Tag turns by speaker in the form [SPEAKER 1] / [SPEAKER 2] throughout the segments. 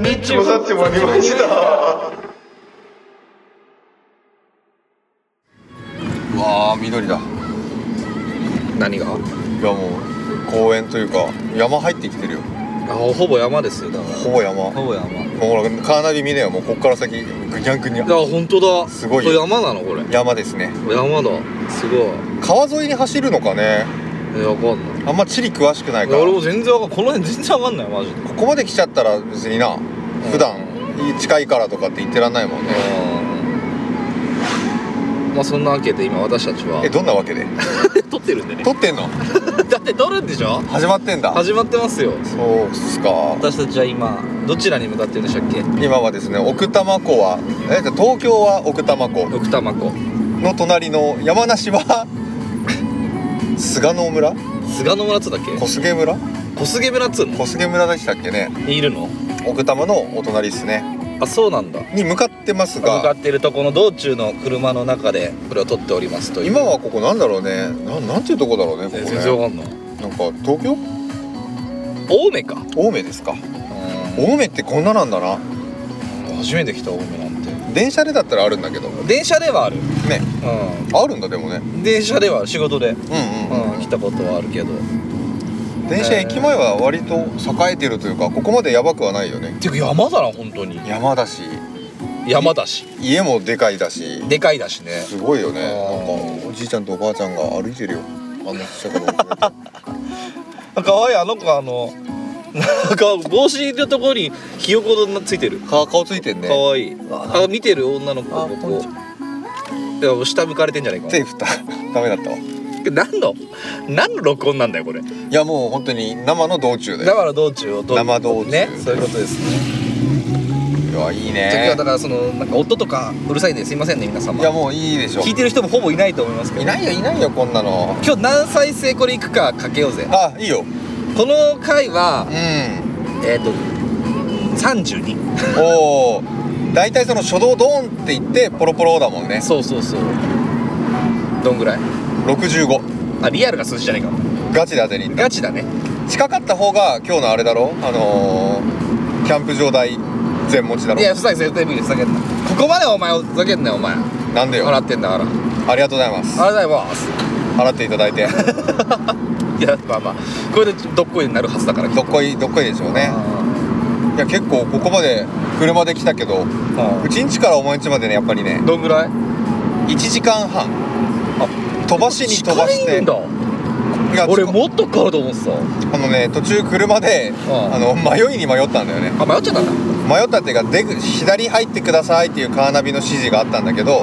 [SPEAKER 1] ニッチもサッチもありました
[SPEAKER 2] うわあ緑だ
[SPEAKER 3] 何が
[SPEAKER 2] いやもう公園というか山入ってきてるよ
[SPEAKER 3] あほぼ山ですよだから
[SPEAKER 2] ほぼ山も
[SPEAKER 3] ほぼ山
[SPEAKER 2] うほらカーナビ見ねよもうこっから先ぐにゃんぐにゃん
[SPEAKER 3] あ本当だ
[SPEAKER 2] すごい
[SPEAKER 3] これ
[SPEAKER 2] よ
[SPEAKER 3] 山なのこれ
[SPEAKER 2] 山ですね
[SPEAKER 3] 山だすごい
[SPEAKER 2] 川沿いに走るのかね
[SPEAKER 3] えわかんない
[SPEAKER 2] あんま地理詳しくない
[SPEAKER 3] い
[SPEAKER 2] か
[SPEAKER 3] や
[SPEAKER 2] ら
[SPEAKER 3] 俺も
[SPEAKER 2] こ
[SPEAKER 3] 全然わかんこの辺全然わかんないマジで
[SPEAKER 2] こまで来ちゃったら別にな普段近いからとかって言ってらんないもんね
[SPEAKER 3] うんまあそんなわけで今私たちは
[SPEAKER 2] えどんなわけで
[SPEAKER 3] 撮ってるんで ね
[SPEAKER 2] 撮ってんの
[SPEAKER 3] だって撮るんでしょ
[SPEAKER 2] 始まってんだ
[SPEAKER 3] 始まってますよ
[SPEAKER 2] そうっすか
[SPEAKER 3] 私たちは今どちらに向かってるんでしたっけ
[SPEAKER 2] 今はですね奥多摩湖はえじゃあ東京は奥多摩湖
[SPEAKER 3] 奥多摩湖
[SPEAKER 2] の隣の山梨は 菅野村
[SPEAKER 3] 菅野村っつうんだっけ
[SPEAKER 2] 小菅村
[SPEAKER 3] 小菅村っつうの
[SPEAKER 2] 小菅村でしたっけね
[SPEAKER 3] いるの
[SPEAKER 2] 奥多摩のお隣ですね
[SPEAKER 3] あそうなんだ
[SPEAKER 2] に向かってます
[SPEAKER 3] 向か
[SPEAKER 2] が
[SPEAKER 3] っているとこの道中の車の中でこれを撮っておりますという
[SPEAKER 2] 今はここなんだろうねなんなんていうとこだろうねここ
[SPEAKER 3] え
[SPEAKER 2] ね
[SPEAKER 3] 全然わかんない
[SPEAKER 2] なんか東京
[SPEAKER 3] 青梅か
[SPEAKER 2] 青梅ですか
[SPEAKER 3] う
[SPEAKER 2] 青梅ってこんななんだなん
[SPEAKER 3] 初めて来た青梅なんて
[SPEAKER 2] 電車でだったらあるんだけど
[SPEAKER 3] 電車ではある
[SPEAKER 2] ねあるんだでもね
[SPEAKER 3] うん電車では仕事で
[SPEAKER 2] うんうん、
[SPEAKER 3] うん来たことはあるけど
[SPEAKER 2] 電車駅前は割と栄えてるというかここまでやばくはないよね
[SPEAKER 3] てか山だな本当に
[SPEAKER 2] 山だし
[SPEAKER 3] 山だし
[SPEAKER 2] 家もでかいだし
[SPEAKER 3] でかいだしね
[SPEAKER 2] すごいよね
[SPEAKER 3] あー
[SPEAKER 2] なんかおじいちゃんとおばあちゃんが歩いてるよあのちっちゃい頃
[SPEAKER 3] かわいいあの子あのなんか帽子のところにひよこがついてる
[SPEAKER 2] 顔顔ついてんね
[SPEAKER 3] かわいい
[SPEAKER 2] あ
[SPEAKER 3] あ見てる女の子
[SPEAKER 2] あ
[SPEAKER 3] こ
[SPEAKER 2] こんにち
[SPEAKER 3] こいや下向かれてんじゃないか
[SPEAKER 2] 手振ったダメだったわ
[SPEAKER 3] 何の何の録音なんだよこれ
[SPEAKER 2] いやもう本当に生の道中で
[SPEAKER 3] だから道中を撮る
[SPEAKER 2] 生道中
[SPEAKER 3] ねそういうことですね、
[SPEAKER 2] いやいい
[SPEAKER 3] 時
[SPEAKER 2] ね
[SPEAKER 3] はだからそのなんか音とかうるさいんですいませんね皆様
[SPEAKER 2] いやもういいでしょ
[SPEAKER 3] 聞いてる人もほぼいないと思いますけど
[SPEAKER 2] いないよいないよこんなの
[SPEAKER 3] 今日何再生これいくかかけようぜ
[SPEAKER 2] あいいよ
[SPEAKER 3] この回は
[SPEAKER 2] うん
[SPEAKER 3] えっ、と32
[SPEAKER 2] おお大体その初動ドーンって言ってポロポロだもんね
[SPEAKER 3] そうそうそうどんぐらい
[SPEAKER 2] 65
[SPEAKER 3] あリアルが数字じゃないか
[SPEAKER 2] ガチで当てに行っ
[SPEAKER 3] ガチだね
[SPEAKER 2] た近かった方が今日のあれだろあのー、キャンプ場代全持ちだ
[SPEAKER 3] いや
[SPEAKER 2] ろ
[SPEAKER 3] ふざけん絶対無理ふざけんなここまでお前をふざけんなよお前
[SPEAKER 2] なんでよ
[SPEAKER 3] 払ってんだからあり
[SPEAKER 2] ありがとうございます
[SPEAKER 3] がとうございます
[SPEAKER 2] 払っていただいて
[SPEAKER 3] いやまあまあこれでどっこいになるはずだから
[SPEAKER 2] どっこいどっこいでしょうねいや結構ここまで車で来たけどうちん家からお前ん家までねやっぱりね
[SPEAKER 3] どんぐらい
[SPEAKER 2] 1時間半飛ばしに飛ばして
[SPEAKER 3] 近いんだ
[SPEAKER 2] いや
[SPEAKER 3] 俺
[SPEAKER 2] ちょ
[SPEAKER 3] もっとかかると思ってた
[SPEAKER 2] あのね途中車で
[SPEAKER 3] うん
[SPEAKER 2] あの迷いに迷ったんだよね
[SPEAKER 3] あ迷っちゃったんだ
[SPEAKER 2] 迷ったっていうか出口左入ってくださいっていうカーナビの指示があったんだけど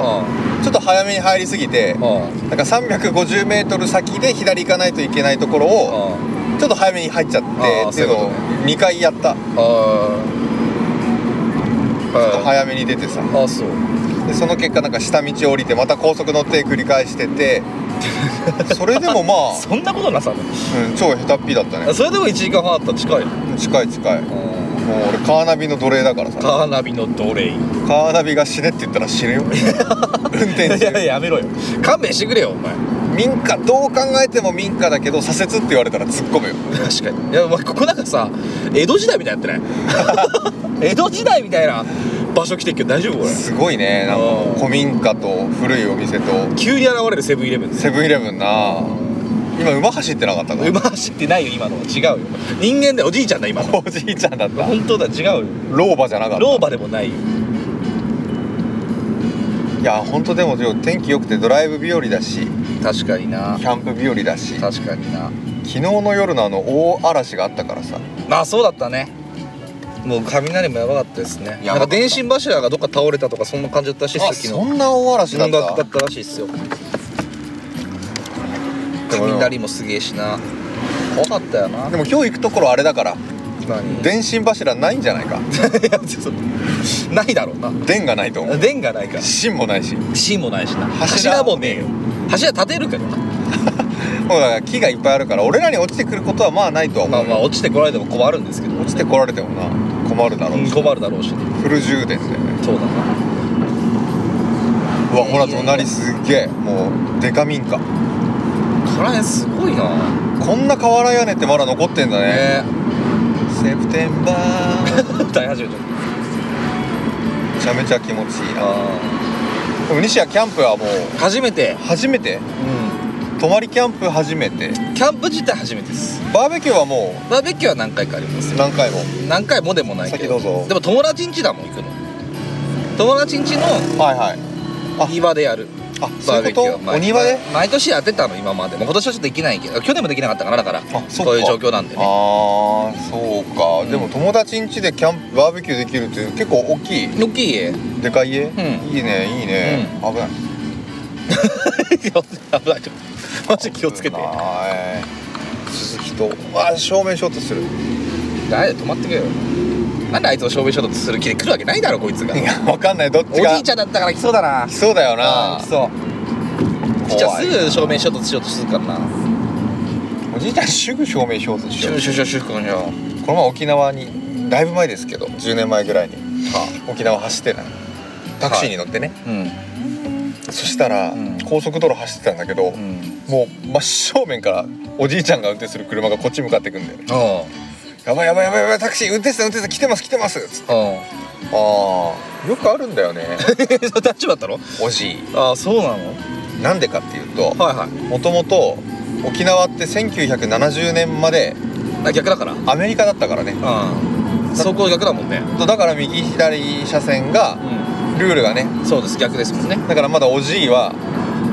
[SPEAKER 3] う
[SPEAKER 2] ちょっと早めに入りすぎて
[SPEAKER 3] んうん
[SPEAKER 2] なんか 350m 先で左行かないといけないところを
[SPEAKER 3] うん
[SPEAKER 2] ちょっと早めに入っちゃって
[SPEAKER 3] あー
[SPEAKER 2] っていうの
[SPEAKER 3] そうい
[SPEAKER 2] を
[SPEAKER 3] うこ
[SPEAKER 2] 2回やったちょっと
[SPEAKER 3] あ
[SPEAKER 2] 早めに出てさ
[SPEAKER 3] あそう
[SPEAKER 2] でその結果なんか下道降りてまた高速乗って繰り返して てそれでもまあ、
[SPEAKER 3] そんなことなさんの
[SPEAKER 2] うん、超下手っぴだったね
[SPEAKER 3] それでも1時間半あったら近いな
[SPEAKER 2] 近い近いもう俺カーナビの奴隷だからさ
[SPEAKER 3] カーナビの奴隷
[SPEAKER 2] カーナビが死ねって言ったら死ぬよ運
[SPEAKER 3] いや
[SPEAKER 2] 転
[SPEAKER 3] い
[SPEAKER 2] 手
[SPEAKER 3] ややめろよ勘弁してくれよお前
[SPEAKER 2] 民家どう考えても民家だけど左折って言われたら突っ込むよ
[SPEAKER 3] 確かにいやお前ここなんかさ江戸時代みたいになってない江戸時代みたいな場所来てっけど大丈夫これ
[SPEAKER 2] すごいねなんかも
[SPEAKER 3] あ
[SPEAKER 2] う
[SPEAKER 3] ー
[SPEAKER 2] 古民家と古いお店と
[SPEAKER 3] 急に現れるセブンイレブンです
[SPEAKER 2] セブンイレブンな今馬走ってなかったか
[SPEAKER 3] 馬走ってないよ今のは違うよ人間だよおじいちゃんだ今の
[SPEAKER 2] おじいちゃんだった
[SPEAKER 3] 本当だ違うよ
[SPEAKER 2] 老婆じゃなかった
[SPEAKER 3] 老婆でもないよ
[SPEAKER 2] いや本当でも今日天気良くてドライブ日和だし
[SPEAKER 3] 確かにな
[SPEAKER 2] キャンプ日和だし昨
[SPEAKER 3] 確かにな
[SPEAKER 2] 日の夜のあの大嵐があったからさ
[SPEAKER 3] まあそうだったねもう雷もやばかったですね
[SPEAKER 2] や
[SPEAKER 3] なん
[SPEAKER 2] ばか
[SPEAKER 3] か
[SPEAKER 2] った
[SPEAKER 3] 電信柱がどっか倒れたとかそんな感じだったらしいっ
[SPEAKER 2] あ
[SPEAKER 3] すよ
[SPEAKER 2] そんな大嵐
[SPEAKER 3] 昨
[SPEAKER 2] だ
[SPEAKER 3] 日
[SPEAKER 2] っ
[SPEAKER 3] だっただったらしいっすよ
[SPEAKER 2] でも
[SPEAKER 3] 雷もすげえしな怖かったよな
[SPEAKER 2] でも今日行くところあれだから
[SPEAKER 3] 今に
[SPEAKER 2] 電信柱ないんじゃないか
[SPEAKER 3] いやちょっとないだろうな
[SPEAKER 2] 電がないと思う
[SPEAKER 3] 電がないから
[SPEAKER 2] 芯もないしも
[SPEAKER 3] 芯もないしな
[SPEAKER 2] 柱
[SPEAKER 3] 柱もねえよ柱立てるけどな
[SPEAKER 2] うだから木がいっぱいあるから俺らに落ちてくることはまあないとは思
[SPEAKER 3] ま
[SPEAKER 2] う
[SPEAKER 3] あまあ落ちてこられても困るんですけど
[SPEAKER 2] 落ちてこられてもな困るだろ
[SPEAKER 3] う
[SPEAKER 2] うんし
[SPEAKER 3] 困るだろうしね
[SPEAKER 2] フル充電でね
[SPEAKER 3] そうだな
[SPEAKER 2] うわほら
[SPEAKER 3] いやいや
[SPEAKER 2] 隣すっげえもうデカ民家
[SPEAKER 3] こらへんすごいな
[SPEAKER 2] こんな瓦屋根ってまだ残ってんだ
[SPEAKER 3] ね
[SPEAKER 2] ねセプテンバ ー
[SPEAKER 3] 歌い始めちゃっ
[SPEAKER 2] めちゃめちゃ気持ちいいなでも西矢キャンプはもう
[SPEAKER 3] た初めて、
[SPEAKER 2] 初めて泊まりキャンプ初めて
[SPEAKER 3] キャンプ自体初めてです
[SPEAKER 2] バーベキューはもう
[SPEAKER 3] バーベキューは何回かあります
[SPEAKER 2] 何回も
[SPEAKER 3] 何回もでもないけど
[SPEAKER 2] 先どうぞ
[SPEAKER 3] でも友達ん家だもん行くの友達ん家の
[SPEAKER 2] はいはいあ
[SPEAKER 3] 庭でやる
[SPEAKER 2] あそう
[SPEAKER 3] バーベ
[SPEAKER 2] いう
[SPEAKER 3] キュー
[SPEAKER 2] こ
[SPEAKER 3] を
[SPEAKER 2] とお庭で
[SPEAKER 3] 毎年やってたの今までもう今年はちょっとできないけど去年もできなかったかなだから
[SPEAKER 2] あそっか
[SPEAKER 3] そういう状況なんでね
[SPEAKER 2] ああそうか、
[SPEAKER 3] うん
[SPEAKER 2] でも友達ん家でキャンプバーベキューできるって結構大きい
[SPEAKER 3] 大きい家
[SPEAKER 2] でかい家、
[SPEAKER 3] ん
[SPEAKER 2] いいねいいね、危ない
[SPEAKER 3] 危ないちょっとマジで気をつけて
[SPEAKER 2] 危ない鈴木とあ正面衝突する
[SPEAKER 3] 誰だ止まってくれよなんであいつを証明書とする気で来るわけないだろこいつが
[SPEAKER 2] いやわかんないどっ
[SPEAKER 3] お
[SPEAKER 2] ちが
[SPEAKER 3] じいちゃんだったから来そうだな
[SPEAKER 2] 来そうだよ
[SPEAKER 3] う
[SPEAKER 2] な
[SPEAKER 3] ん来そうおじいちゃんすぐ証明書としようとするからな
[SPEAKER 2] おじいちゃんすぐ証明衝突し
[SPEAKER 3] シ
[SPEAKER 2] よ
[SPEAKER 3] ュ
[SPEAKER 2] う
[SPEAKER 3] シュシュシュ君よ
[SPEAKER 2] この前沖縄にだいぶ前ですけど10年前ぐらいに沖縄走ってないタクシーに乗ってね、
[SPEAKER 3] うん
[SPEAKER 2] そしたら、
[SPEAKER 3] うん
[SPEAKER 2] 高速道路走ってたんだけど、
[SPEAKER 3] うん
[SPEAKER 2] もう真正面からおじいちゃんが運転する車がこっち向かってくんだよね
[SPEAKER 3] あ
[SPEAKER 2] やばいやばいやばいやばいタクシー運転手さん運転手さん来てます来てますつって
[SPEAKER 3] あああ
[SPEAKER 2] ああよくあるんだよね
[SPEAKER 3] それ大丈夫だったの
[SPEAKER 2] おじい
[SPEAKER 3] ああそうなの
[SPEAKER 2] なんでかっていうと
[SPEAKER 3] はいは
[SPEAKER 2] もともと沖縄って1970年まで
[SPEAKER 3] いあ逆だから
[SPEAKER 2] アメリカだったからね
[SPEAKER 3] うん走行逆だもんね
[SPEAKER 2] だから右左車線が
[SPEAKER 3] う
[SPEAKER 2] ルールがね
[SPEAKER 3] んそうです逆ですもんね
[SPEAKER 2] だからまだおじいは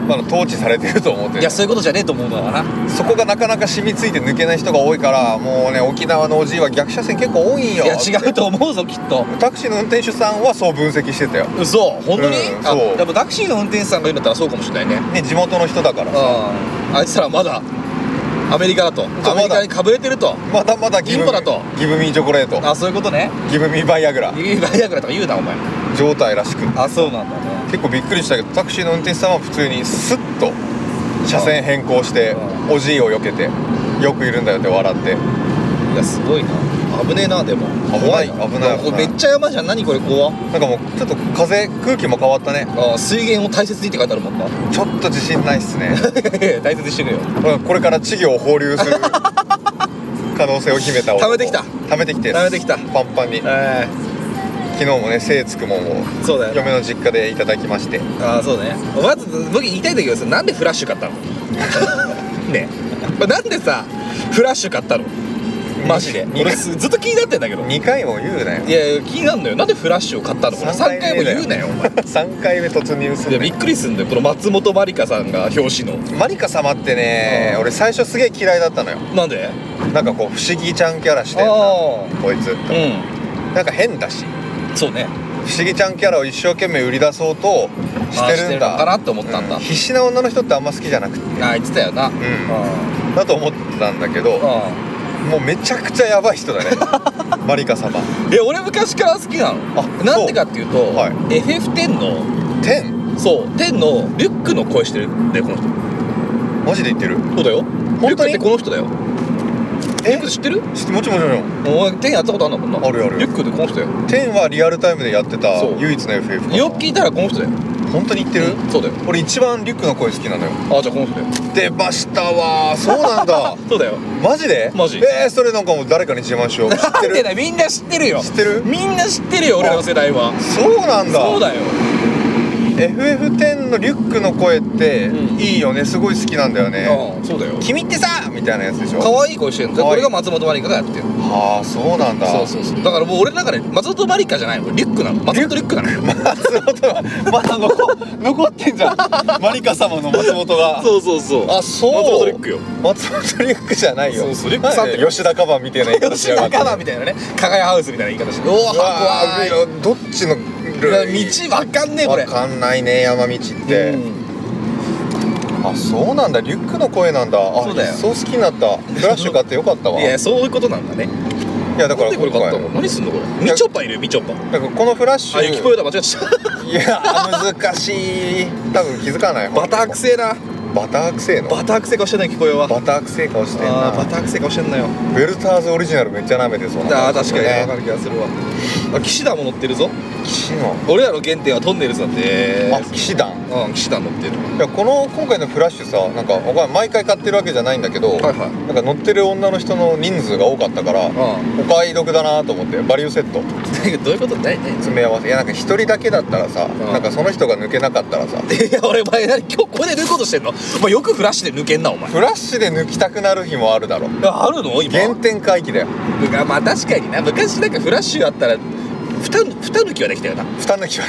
[SPEAKER 2] まだ統治されてると思って
[SPEAKER 3] い
[SPEAKER 2] る
[SPEAKER 3] やそういうことじゃねえと思うのかな
[SPEAKER 2] そこがなかなか染みついて抜けない人が多いからもうね沖縄のおじいは逆車線結構多いんよ
[SPEAKER 3] いや違うと思うぞきっと
[SPEAKER 2] タクシーの運転手さんはそう分析してたよ
[SPEAKER 3] 嘘本当に、
[SPEAKER 2] うん
[SPEAKER 3] あ
[SPEAKER 2] そう
[SPEAKER 3] やっぱタクシーの運転手さんが言うんだったらそうかもしれないね
[SPEAKER 2] ね地元の人だから
[SPEAKER 3] うんあいつらまだアメリカだと
[SPEAKER 2] だ
[SPEAKER 3] アメリカにかぶれてると
[SPEAKER 2] まだまだ
[SPEAKER 3] インドだと
[SPEAKER 2] ギブミーチョコレート
[SPEAKER 3] あそういうことね
[SPEAKER 2] ギブミーバイアグラ
[SPEAKER 3] 指バイアグラとか言うなお前
[SPEAKER 2] 状態らしく
[SPEAKER 3] あそうなんだね
[SPEAKER 2] 結構びっくりしたけどタクシーの運転手さんは普通にスッと車線変更して
[SPEAKER 3] う
[SPEAKER 2] おじいを避けてよくいるんだよって笑って
[SPEAKER 3] いやすごいな危ねえなでも
[SPEAKER 2] 危ない
[SPEAKER 3] 怖
[SPEAKER 2] 危ない
[SPEAKER 3] これめっちゃ山じゃん何これ怖
[SPEAKER 2] なんかもうちょっと風空気も変わったね
[SPEAKER 3] あ水源を大切にって書いてあるもんない
[SPEAKER 2] ちょっと自信ないっすね
[SPEAKER 3] やいや大切にしてくれよ
[SPEAKER 2] これから稚魚を放流する 可能性を秘めた
[SPEAKER 3] 溜め
[SPEAKER 2] 男
[SPEAKER 3] てきた
[SPEAKER 2] 溜めてきて
[SPEAKER 3] 溜めてきた
[SPEAKER 2] パンパンに
[SPEAKER 3] え
[SPEAKER 2] 昨日もね精つくもんを
[SPEAKER 3] えそうだよ
[SPEAKER 2] 嫁の実家でいただきまして
[SPEAKER 3] ああそうねまず僕言いたいんだけどさなんでフラッシュ買ったのねえなんでさフラッシュ買ったのマジで
[SPEAKER 2] 二
[SPEAKER 3] 俺すずっと気になってんだけど
[SPEAKER 2] 2回も言うなよ
[SPEAKER 3] いやいや気になるのよなんでフラッシュを買ったのこれ3回も言うなよお 前
[SPEAKER 2] 3回目突入す
[SPEAKER 3] いや
[SPEAKER 2] る
[SPEAKER 3] びっくりすんだよこの松本まりかさんが表紙の
[SPEAKER 2] マリカ様ってね、
[SPEAKER 3] うん
[SPEAKER 2] 俺最初すげえ嫌いだったのよ
[SPEAKER 3] なんで
[SPEAKER 2] なんかこう不思議ちゃんキャラしてんな
[SPEAKER 3] あ
[SPEAKER 2] こいつ
[SPEAKER 3] あう
[SPEAKER 2] なんか変だし
[SPEAKER 3] んそうね
[SPEAKER 2] 不思議ちゃんキャラを一生懸命売り出そうとし
[SPEAKER 3] あ
[SPEAKER 2] てるん
[SPEAKER 3] ーしてるの
[SPEAKER 2] だ
[SPEAKER 3] かなって思ったんだ
[SPEAKER 2] う必死な女の人ってあんま好きじゃなくて
[SPEAKER 3] あ言ってたよなうん
[SPEAKER 2] だと思ってたんだけどもうめちゃくちゃヤバい人だ ねマリカ様
[SPEAKER 3] いや俺昔から好きなの
[SPEAKER 2] あ
[SPEAKER 3] なんでかっていうと、
[SPEAKER 2] はい
[SPEAKER 3] FF10 の
[SPEAKER 2] テン
[SPEAKER 3] そう10のリュックの声してるんだよこの人
[SPEAKER 2] マジで言ってる
[SPEAKER 3] そうだよリュック
[SPEAKER 2] 当
[SPEAKER 3] っ
[SPEAKER 2] に
[SPEAKER 3] てこの人だよリュック知ってる
[SPEAKER 2] ちょもちろんもちろん
[SPEAKER 3] お前10やったことあるんだもんな
[SPEAKER 2] あるある
[SPEAKER 3] リュックってこの人だよ
[SPEAKER 2] テンはリアルタイムでやってた
[SPEAKER 3] そう
[SPEAKER 2] 唯一の FF
[SPEAKER 3] よく聞いたらこの人だよ知っ
[SPEAKER 2] 本当に言ってる、
[SPEAKER 3] そうだよ
[SPEAKER 2] 俺一番リュックの声好きなのよ
[SPEAKER 3] あじゃあこの人だよ
[SPEAKER 2] 出ましたわーそうなんだ
[SPEAKER 3] そうだよ
[SPEAKER 2] マジで
[SPEAKER 3] マジ
[SPEAKER 2] えー、それなんかもう誰かに自慢しよう知っ
[SPEAKER 3] な
[SPEAKER 2] て
[SPEAKER 3] んで
[SPEAKER 2] る
[SPEAKER 3] だよみんな知ってるよ
[SPEAKER 2] 知ってる
[SPEAKER 3] みんな知ってるよ俺らの世代は
[SPEAKER 2] そうなんだ
[SPEAKER 3] そうだよ
[SPEAKER 2] FF10 のリュックの声って
[SPEAKER 3] うん
[SPEAKER 2] いいよねすごい好きなんだよね
[SPEAKER 3] うんそうだよ
[SPEAKER 2] 君ってさみたいなやつでしょ
[SPEAKER 3] 可愛い声してるんだ
[SPEAKER 2] 可
[SPEAKER 3] こ
[SPEAKER 2] 愛い
[SPEAKER 3] れが松本まりかがやってる
[SPEAKER 2] はあそうなんだ
[SPEAKER 3] そうそうそうだからもう俺の中で松本まりかじゃないのリュックなの松本リュックなの
[SPEAKER 2] 松本はま だ残残ってんじゃんマリカ様の松本が
[SPEAKER 3] そうそうそう
[SPEAKER 2] あそう
[SPEAKER 3] 松本リュックよ
[SPEAKER 2] 松本リュックじゃないよ
[SPEAKER 3] そうそうリュックさんって
[SPEAKER 2] なんで吉田カバンみたいな言い方し
[SPEAKER 3] 吉
[SPEAKER 2] やがっ
[SPEAKER 3] 田
[SPEAKER 2] て
[SPEAKER 3] カバーみたいなね加賀屋ハウスみたいな言い方しておお
[SPEAKER 2] うわー
[SPEAKER 3] 怖
[SPEAKER 2] いやどっちの
[SPEAKER 3] い道わかんねえこれ
[SPEAKER 2] わかんないね山道って、
[SPEAKER 3] うん
[SPEAKER 2] あそうなんだリュックの声なんだあ
[SPEAKER 3] そうだよ
[SPEAKER 2] 一層好きになったフラッシュ買ってよかったわ
[SPEAKER 3] いやそういうことなんだね
[SPEAKER 2] いやだか
[SPEAKER 3] なん
[SPEAKER 2] ら
[SPEAKER 3] でこれ
[SPEAKER 2] 今
[SPEAKER 3] 買った
[SPEAKER 2] 回
[SPEAKER 3] の何すんのこれみちょぱいるよみちょぱ
[SPEAKER 2] だからこのフラッシュ
[SPEAKER 3] あゆきぽよだ間違え
[SPEAKER 2] いや難しい多分気づかない
[SPEAKER 3] た バターくせえな
[SPEAKER 2] バターくせえの
[SPEAKER 3] バターくせえ顔してんなゆきぽよは
[SPEAKER 2] バターくせえ顔してん
[SPEAKER 3] あーバ
[SPEAKER 2] な
[SPEAKER 3] ターくせえ顔してんなよ
[SPEAKER 2] ベルターズオリジナルめっちゃ舐めてそうな
[SPEAKER 3] あー確かに
[SPEAKER 2] ね
[SPEAKER 3] わかる気がするわあ騎士団も乗ってるぞ
[SPEAKER 2] 岸の
[SPEAKER 3] 俺らの原点はトンネルズなんで
[SPEAKER 2] あ騎士団
[SPEAKER 3] うん騎士団乗ってる
[SPEAKER 2] いやこの今回のフラッシュさなんかお前毎回買ってるわけじゃないんだけど、
[SPEAKER 3] はいはい
[SPEAKER 2] なんか乗ってる女の人の人数が多かったから、
[SPEAKER 3] う
[SPEAKER 2] お買い得だなと思ってバリューセット
[SPEAKER 3] ん どういうことないない
[SPEAKER 2] 詰め合わせいやなんか一人だけだったらさ、
[SPEAKER 3] ん
[SPEAKER 2] なんかその人が抜けなかったらさ
[SPEAKER 3] いや俺お前何今日ここで抜こうとしてんのお前よくフラッシュで抜けんなお前
[SPEAKER 2] フラッシュで抜きたくなる日もあるだろ
[SPEAKER 3] ああるの今
[SPEAKER 2] 原点回帰だよ
[SPEAKER 3] がまあ確かにな昔なんかフラッシュあったらふたふた抜きはできたよな
[SPEAKER 2] 蓋抜きは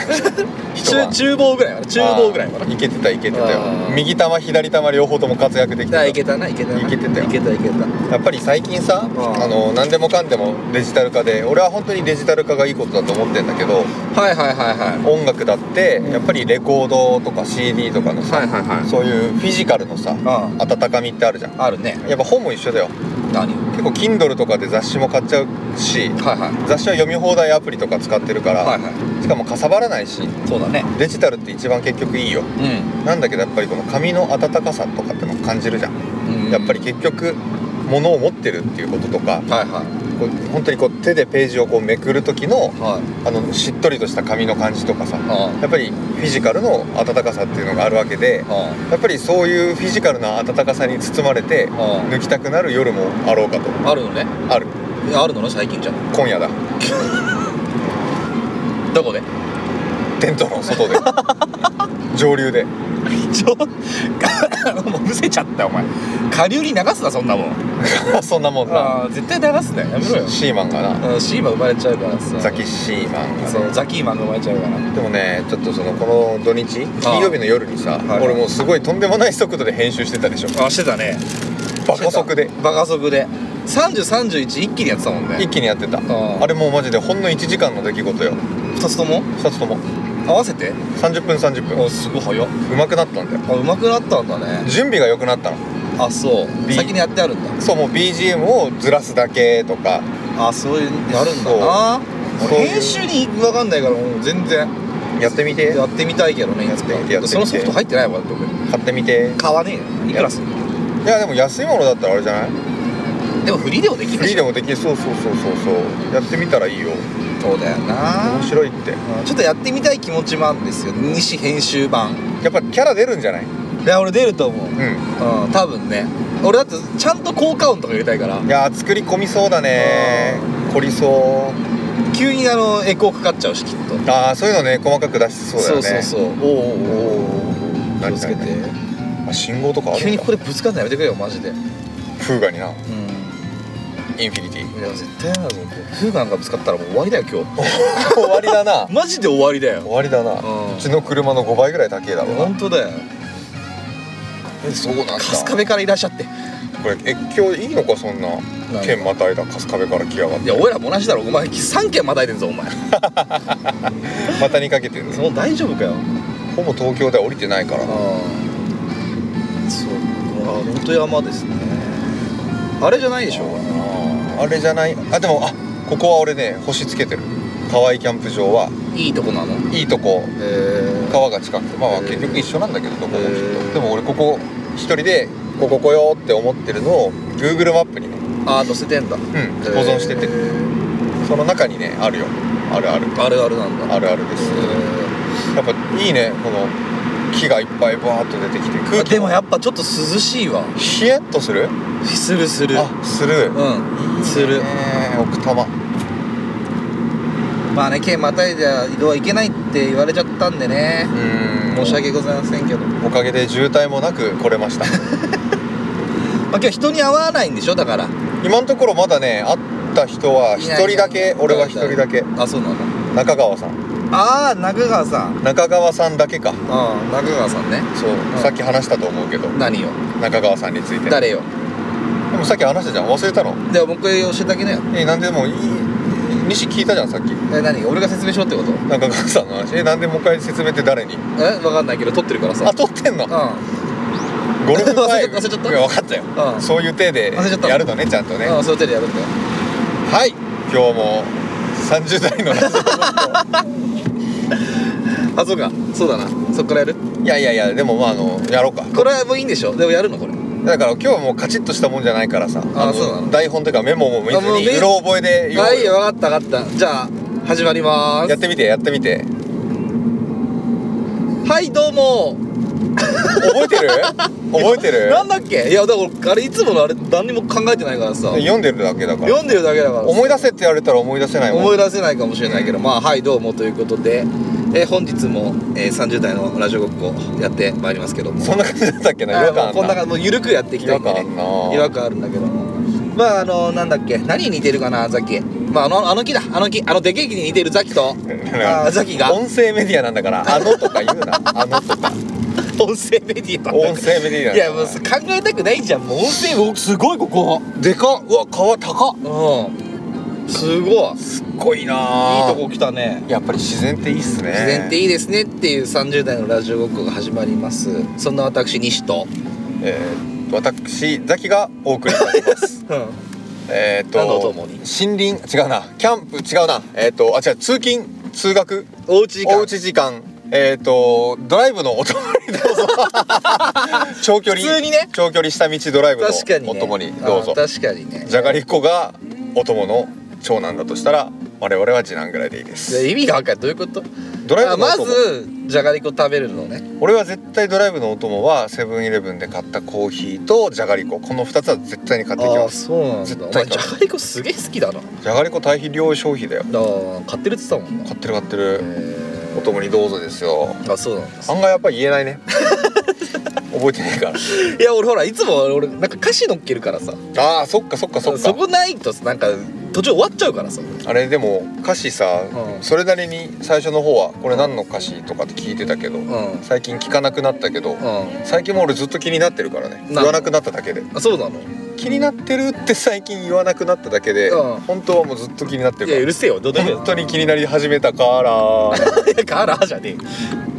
[SPEAKER 2] 人
[SPEAKER 3] 中
[SPEAKER 2] は
[SPEAKER 3] 厨房ぐらいはな厨房ぐらいはな
[SPEAKER 2] あーいけてたいけてたよ
[SPEAKER 3] あー
[SPEAKER 2] 右玉左玉両方とも活躍できて
[SPEAKER 3] あ
[SPEAKER 2] た
[SPEAKER 3] いけたないけたない
[SPEAKER 2] けてたよ
[SPEAKER 3] いけたいけた
[SPEAKER 2] やっぱり最近さ
[SPEAKER 3] ん
[SPEAKER 2] あの何でもかんでもデジタル化で俺は本当にデジタル化がいいことだと思ってんだけど
[SPEAKER 3] はいはいはいはい
[SPEAKER 2] 音楽だってやっぱりレコードとか CD とかのさ
[SPEAKER 3] はいはいはい
[SPEAKER 2] そういうフィジカルのさ
[SPEAKER 3] あ
[SPEAKER 2] 温かみってあるじゃん
[SPEAKER 3] あるね
[SPEAKER 2] やっぱ本も一緒だよ
[SPEAKER 3] 何
[SPEAKER 2] 結構 Kindle とかで雑誌も買っちゃうし
[SPEAKER 3] はいはい
[SPEAKER 2] 雑誌は読み放題アプリとか使ってるから、
[SPEAKER 3] はいは
[SPEAKER 2] しかもかさばらないし
[SPEAKER 3] いそうだね
[SPEAKER 2] デジタルって一番結局いいよなんだけどやっぱりこの紙の温かさとかってのを感じるじゃん、
[SPEAKER 3] うん
[SPEAKER 2] やっぱり結局物を持ってるっていうこととか
[SPEAKER 3] はいはい
[SPEAKER 2] こう本当にこう手でページをこうめくる時の
[SPEAKER 3] はい
[SPEAKER 2] あのしっとりとした紙の感じとかさ
[SPEAKER 3] あ
[SPEAKER 2] やっぱりフィジカルの温かさっていうのがあるわけで
[SPEAKER 3] ああ
[SPEAKER 2] やっぱりそういうフィジカルな温かさに包まれて
[SPEAKER 3] あ
[SPEAKER 2] 抜きたくなる夜もあろうかと
[SPEAKER 3] ああるのね
[SPEAKER 2] ある
[SPEAKER 3] いやあるのね最近じゃん
[SPEAKER 2] 今夜だ
[SPEAKER 3] どこで
[SPEAKER 2] テントの外で上流で
[SPEAKER 3] ちょ もうむせちゃったよお前下流に流すなそんなもん
[SPEAKER 2] そんなもんな
[SPEAKER 3] ああ絶対流すなよやめろよ
[SPEAKER 2] シーマンがな
[SPEAKER 3] うんシーマン生まれちゃうからさ
[SPEAKER 2] ザキシーマンがね
[SPEAKER 3] そうザキーマンが生まれちゃうから
[SPEAKER 2] でもねちょっとそのこの土日金曜日の夜にさ
[SPEAKER 3] はい
[SPEAKER 2] 俺もうすごいとんでもない速度で編集してたでしょ
[SPEAKER 3] あしてたね
[SPEAKER 2] バカ速で
[SPEAKER 3] バカ速で3031一気にやってたもんね
[SPEAKER 2] 一気にやってた
[SPEAKER 3] あ
[SPEAKER 2] あれもうマジでほんの1時間の出来事よ
[SPEAKER 3] 2つとも
[SPEAKER 2] 2つとも
[SPEAKER 3] 合わせて
[SPEAKER 2] 30分30分
[SPEAKER 3] あすごい早っ
[SPEAKER 2] うまくなったんだよ
[SPEAKER 3] あうまくなったんだね
[SPEAKER 2] 準備が良くなったの
[SPEAKER 3] あそう
[SPEAKER 2] ビ
[SPEAKER 3] 先にやってあるんだ
[SPEAKER 2] そうもう BGM をずらすだけとか
[SPEAKER 3] あそういうやるんだな
[SPEAKER 2] そ
[SPEAKER 3] 俺
[SPEAKER 2] うそういう
[SPEAKER 3] 編集に分かんないからもう全然
[SPEAKER 2] やってみて
[SPEAKER 3] やってみたいけどねいつか
[SPEAKER 2] やってみてやってみて
[SPEAKER 3] そのソフト入ってないわ僕
[SPEAKER 2] 買ってみて
[SPEAKER 3] 買わねえよいくらすんの
[SPEAKER 2] いやでも安いものだったらあれじゃない
[SPEAKER 3] でもフリーでもできる
[SPEAKER 2] フ
[SPEAKER 3] で
[SPEAKER 2] リー
[SPEAKER 3] し
[SPEAKER 2] で
[SPEAKER 3] ょ
[SPEAKER 2] もできるそうそうそうそうそうやってみたらいいよ
[SPEAKER 3] そうだよな
[SPEAKER 2] 面白いって
[SPEAKER 3] うんちょっとやってみたい気持ちもあるんですよ西編集版
[SPEAKER 2] やっぱキャラ出るんじゃない
[SPEAKER 3] いや俺出ると思う
[SPEAKER 2] うん
[SPEAKER 3] うん多分ね俺だってちゃんと効果音とか入れたいから
[SPEAKER 2] いやー作り込みそうだね凝りそう
[SPEAKER 3] 急にあのエコーかかっちゃうしきっと
[SPEAKER 2] ああそういうのね細かく出しそうだよね
[SPEAKER 3] そうそうそうおおおお気を
[SPEAKER 2] 何
[SPEAKER 3] つけて
[SPEAKER 2] あ信号とかあるんだ
[SPEAKER 3] 急にここでぶつかんのやめてくれよマジでうん
[SPEAKER 2] フーガになインフィニ ティ
[SPEAKER 3] いや絶対やだぞフーガンがぶつかったらもう終わりだよ今
[SPEAKER 2] 終わりだな
[SPEAKER 3] 日マジで終わりだ
[SPEAKER 2] 終
[SPEAKER 3] よ
[SPEAKER 2] わりだな
[SPEAKER 3] うん
[SPEAKER 2] うちの車の5倍ぐらい高えだろう
[SPEAKER 3] 本当だよ
[SPEAKER 2] なそうなんだ
[SPEAKER 3] 春日部からいらっしゃって
[SPEAKER 2] これえ今日いいのかそんな
[SPEAKER 3] が
[SPEAKER 2] 県またいだ春日部から来やがっ
[SPEAKER 3] い
[SPEAKER 2] て
[SPEAKER 3] や俺らも同じだろお前3軒またいでんぞお前
[SPEAKER 2] またにかけてるね
[SPEAKER 3] もう大丈夫かよ
[SPEAKER 2] ほぼ東京では降りてないからな
[SPEAKER 3] ああそうあ本山ですねあれじゃないでしょ
[SPEAKER 2] あれじゃないあでもあここは俺ね星つけてる河合キャンプ場はい
[SPEAKER 3] いとこなの
[SPEAKER 2] いいとこ
[SPEAKER 3] えー
[SPEAKER 2] 川が近くてまあまあ
[SPEAKER 3] へー
[SPEAKER 2] 結局一緒なんだけどどこもきっ
[SPEAKER 3] へー
[SPEAKER 2] とでも俺ここ一人でここ来ようって思ってるのを Google マップにね
[SPEAKER 3] ああ載せてんだ
[SPEAKER 2] うん保存してて
[SPEAKER 3] えー
[SPEAKER 2] その中にねあるよあるある
[SPEAKER 3] あるあるなんだ
[SPEAKER 2] あるあるです
[SPEAKER 3] え
[SPEAKER 2] やっぱいいねこの木がいっぱいバーッと出てきて
[SPEAKER 3] ー
[SPEAKER 2] 空気
[SPEAKER 3] でもやっぱちょっと涼しいわ
[SPEAKER 2] ヒヤッとする
[SPEAKER 3] するする
[SPEAKER 2] あする
[SPEAKER 3] うんする
[SPEAKER 2] えー奥多摩
[SPEAKER 3] まあね県またいでは移動はいけないって言われちゃったんでね
[SPEAKER 2] うん
[SPEAKER 3] 申し訳ございませんけど、ま
[SPEAKER 2] おかげで渋滞もなく 来れ ました
[SPEAKER 3] あ、今日人に会わないんでしょだから
[SPEAKER 2] 今のところまだね会った人は一人だけ俺は一人だけ
[SPEAKER 3] あそうなの
[SPEAKER 2] 中川さん
[SPEAKER 3] ああ中川さん
[SPEAKER 2] 中川さんだけか
[SPEAKER 3] ああ中川さんね
[SPEAKER 2] そう、
[SPEAKER 3] ん
[SPEAKER 2] さっき話したと思うけど
[SPEAKER 3] 何よ
[SPEAKER 2] 中川さんについてで
[SPEAKER 3] 誰よ
[SPEAKER 2] もさっき話したじゃん忘れたの
[SPEAKER 3] ではもう一回教えてあげなよ
[SPEAKER 2] えなんでもいい西聞いたじゃんさっき
[SPEAKER 3] え何俺が説明しろってこと
[SPEAKER 2] 中川さんの話えなんでもう一回説明って誰に
[SPEAKER 3] え分かんないけど撮ってるからさ
[SPEAKER 2] あ撮ってんの
[SPEAKER 3] う
[SPEAKER 2] ゴルフ
[SPEAKER 3] 忘れ
[SPEAKER 2] ァイ
[SPEAKER 3] ちゃ忘れちゃった
[SPEAKER 2] 分かったよ
[SPEAKER 3] んうん
[SPEAKER 2] そういう体で
[SPEAKER 3] 忘れちゃった
[SPEAKER 2] やるのねちゃんとね
[SPEAKER 3] うんその手でやるんだよ
[SPEAKER 2] はい今日も30代 のラジ
[SPEAKER 3] あそうかそうだなそっからやる
[SPEAKER 2] オいやいやいやでもまああのやろうか
[SPEAKER 3] これはもういいんでしょでもやるのこれ
[SPEAKER 2] だから今日はもうカチッとしたもんじゃないからさ
[SPEAKER 3] あ
[SPEAKER 2] の
[SPEAKER 3] そうなの
[SPEAKER 2] 台本というかメモも見ず
[SPEAKER 3] あもう
[SPEAKER 2] に
[SPEAKER 3] め
[SPEAKER 2] うろ覚えで言おう
[SPEAKER 3] はいよ分かった分かったじゃあ始まりま
[SPEAKER 2] やってみてやってみて
[SPEAKER 3] すはいどうも
[SPEAKER 2] 覚え てる覚えてる
[SPEAKER 3] なんだっけいやだからあれいつものあれ何にも考えてないからさ
[SPEAKER 2] 読んでるだけだから
[SPEAKER 3] 読んでるだけだからさ
[SPEAKER 2] 思い出せって言われたら思い出せないもん
[SPEAKER 3] 思い出せないかもしれないけどまあはいどうもということで、えー本日も、えー30代のラジオごっこやってまいりますけども
[SPEAKER 2] そんな感じだったっけな違
[SPEAKER 3] あ
[SPEAKER 2] 和
[SPEAKER 3] ーも
[SPEAKER 2] 感
[SPEAKER 3] うこんな
[SPEAKER 2] あ
[SPEAKER 3] 感じもう緩くやっていきたいんで、ね、違
[SPEAKER 2] 違和感あんな
[SPEAKER 3] 和感あるんだけどもまああのなんだっけ何に似てるかなザキまああのあの木だあの木あのでけえ木に似てるザキ とあーザキが音
[SPEAKER 2] 音声メディアなんだからあのとか言うなあのとか
[SPEAKER 3] 声メディアだ
[SPEAKER 2] 音声メディア
[SPEAKER 3] いやもう考えたくないじゃんもう音声おすごいここ
[SPEAKER 2] でかっうわ川高っ
[SPEAKER 3] うんすごい
[SPEAKER 2] すっごいない
[SPEAKER 3] い
[SPEAKER 2] い
[SPEAKER 3] とこ来たね
[SPEAKER 2] やっぱり自然っていいっすね
[SPEAKER 3] 自然って
[SPEAKER 2] いい、
[SPEAKER 3] いいですねっていう30代のラジオごっこが始まりますそんな私西と、
[SPEAKER 2] えー、私ザキがお送りいたしますえっと
[SPEAKER 3] 何のお供に
[SPEAKER 2] 森林違うなキャンプ違うなえっ、とあ違う通勤通学
[SPEAKER 3] おうち時間
[SPEAKER 2] おうち時間えっ、とドライブのお供にどう ぞ長距離
[SPEAKER 3] 普通にね
[SPEAKER 2] 長距離下道ドライブ
[SPEAKER 3] 確かに、
[SPEAKER 2] の
[SPEAKER 3] ね、
[SPEAKER 2] お供にどうぞ
[SPEAKER 3] あ確かにね
[SPEAKER 2] じゃがりこがお供の長男だとしたら我々は次男ぐらいでいいで
[SPEAKER 3] いや
[SPEAKER 2] す
[SPEAKER 3] 意味が分かるどういうこと
[SPEAKER 2] ドライブのお
[SPEAKER 3] あ
[SPEAKER 2] 供
[SPEAKER 3] まずじゃがりこ食べるのね
[SPEAKER 2] 俺は絶対ドライブのお供はセブンイレブンで買ったコーヒーとじゃがりここの2つは絶対に買ってきます
[SPEAKER 3] そうなんだ
[SPEAKER 2] 絶
[SPEAKER 3] お
[SPEAKER 2] 対
[SPEAKER 3] 前
[SPEAKER 2] 買
[SPEAKER 3] じ
[SPEAKER 2] う
[SPEAKER 3] ゃがりこすげえ好きだなあ
[SPEAKER 2] じゃがりこ対比量消費だよ
[SPEAKER 3] ー買ってるって言ってたもんな
[SPEAKER 2] 買ってる買ってる
[SPEAKER 3] え
[SPEAKER 2] お供にどうぞですよ
[SPEAKER 3] ーあそうなんです
[SPEAKER 2] 案外やっぱり言えないね覚えてないから
[SPEAKER 3] いや俺ほらいつも俺なんか歌詞乗っけるからさ
[SPEAKER 2] あーそっかそっかそっか
[SPEAKER 3] そこないとなんか途中終わっちゃうからさ
[SPEAKER 2] あれでも歌詞さ、
[SPEAKER 3] うん
[SPEAKER 2] それなりに最初の方はこれ何の歌詞とかって聞いてたけど、
[SPEAKER 3] うんうん
[SPEAKER 2] 最近聞かなくなったけど、最近も俺ずっと気になってるからね
[SPEAKER 3] ほど
[SPEAKER 2] 言わなくなっただけで
[SPEAKER 3] あそうなの
[SPEAKER 2] 気になってるって最近言わなくなっただけで、
[SPEAKER 3] うん
[SPEAKER 2] 本当はもうずっと気になって
[SPEAKER 3] いやう
[SPEAKER 2] る
[SPEAKER 3] るせえよどう
[SPEAKER 2] か
[SPEAKER 3] で もいい
[SPEAKER 2] ら
[SPEAKER 3] よ
[SPEAKER 2] 本当に気になり始めたから
[SPEAKER 3] カラーじゃねえよ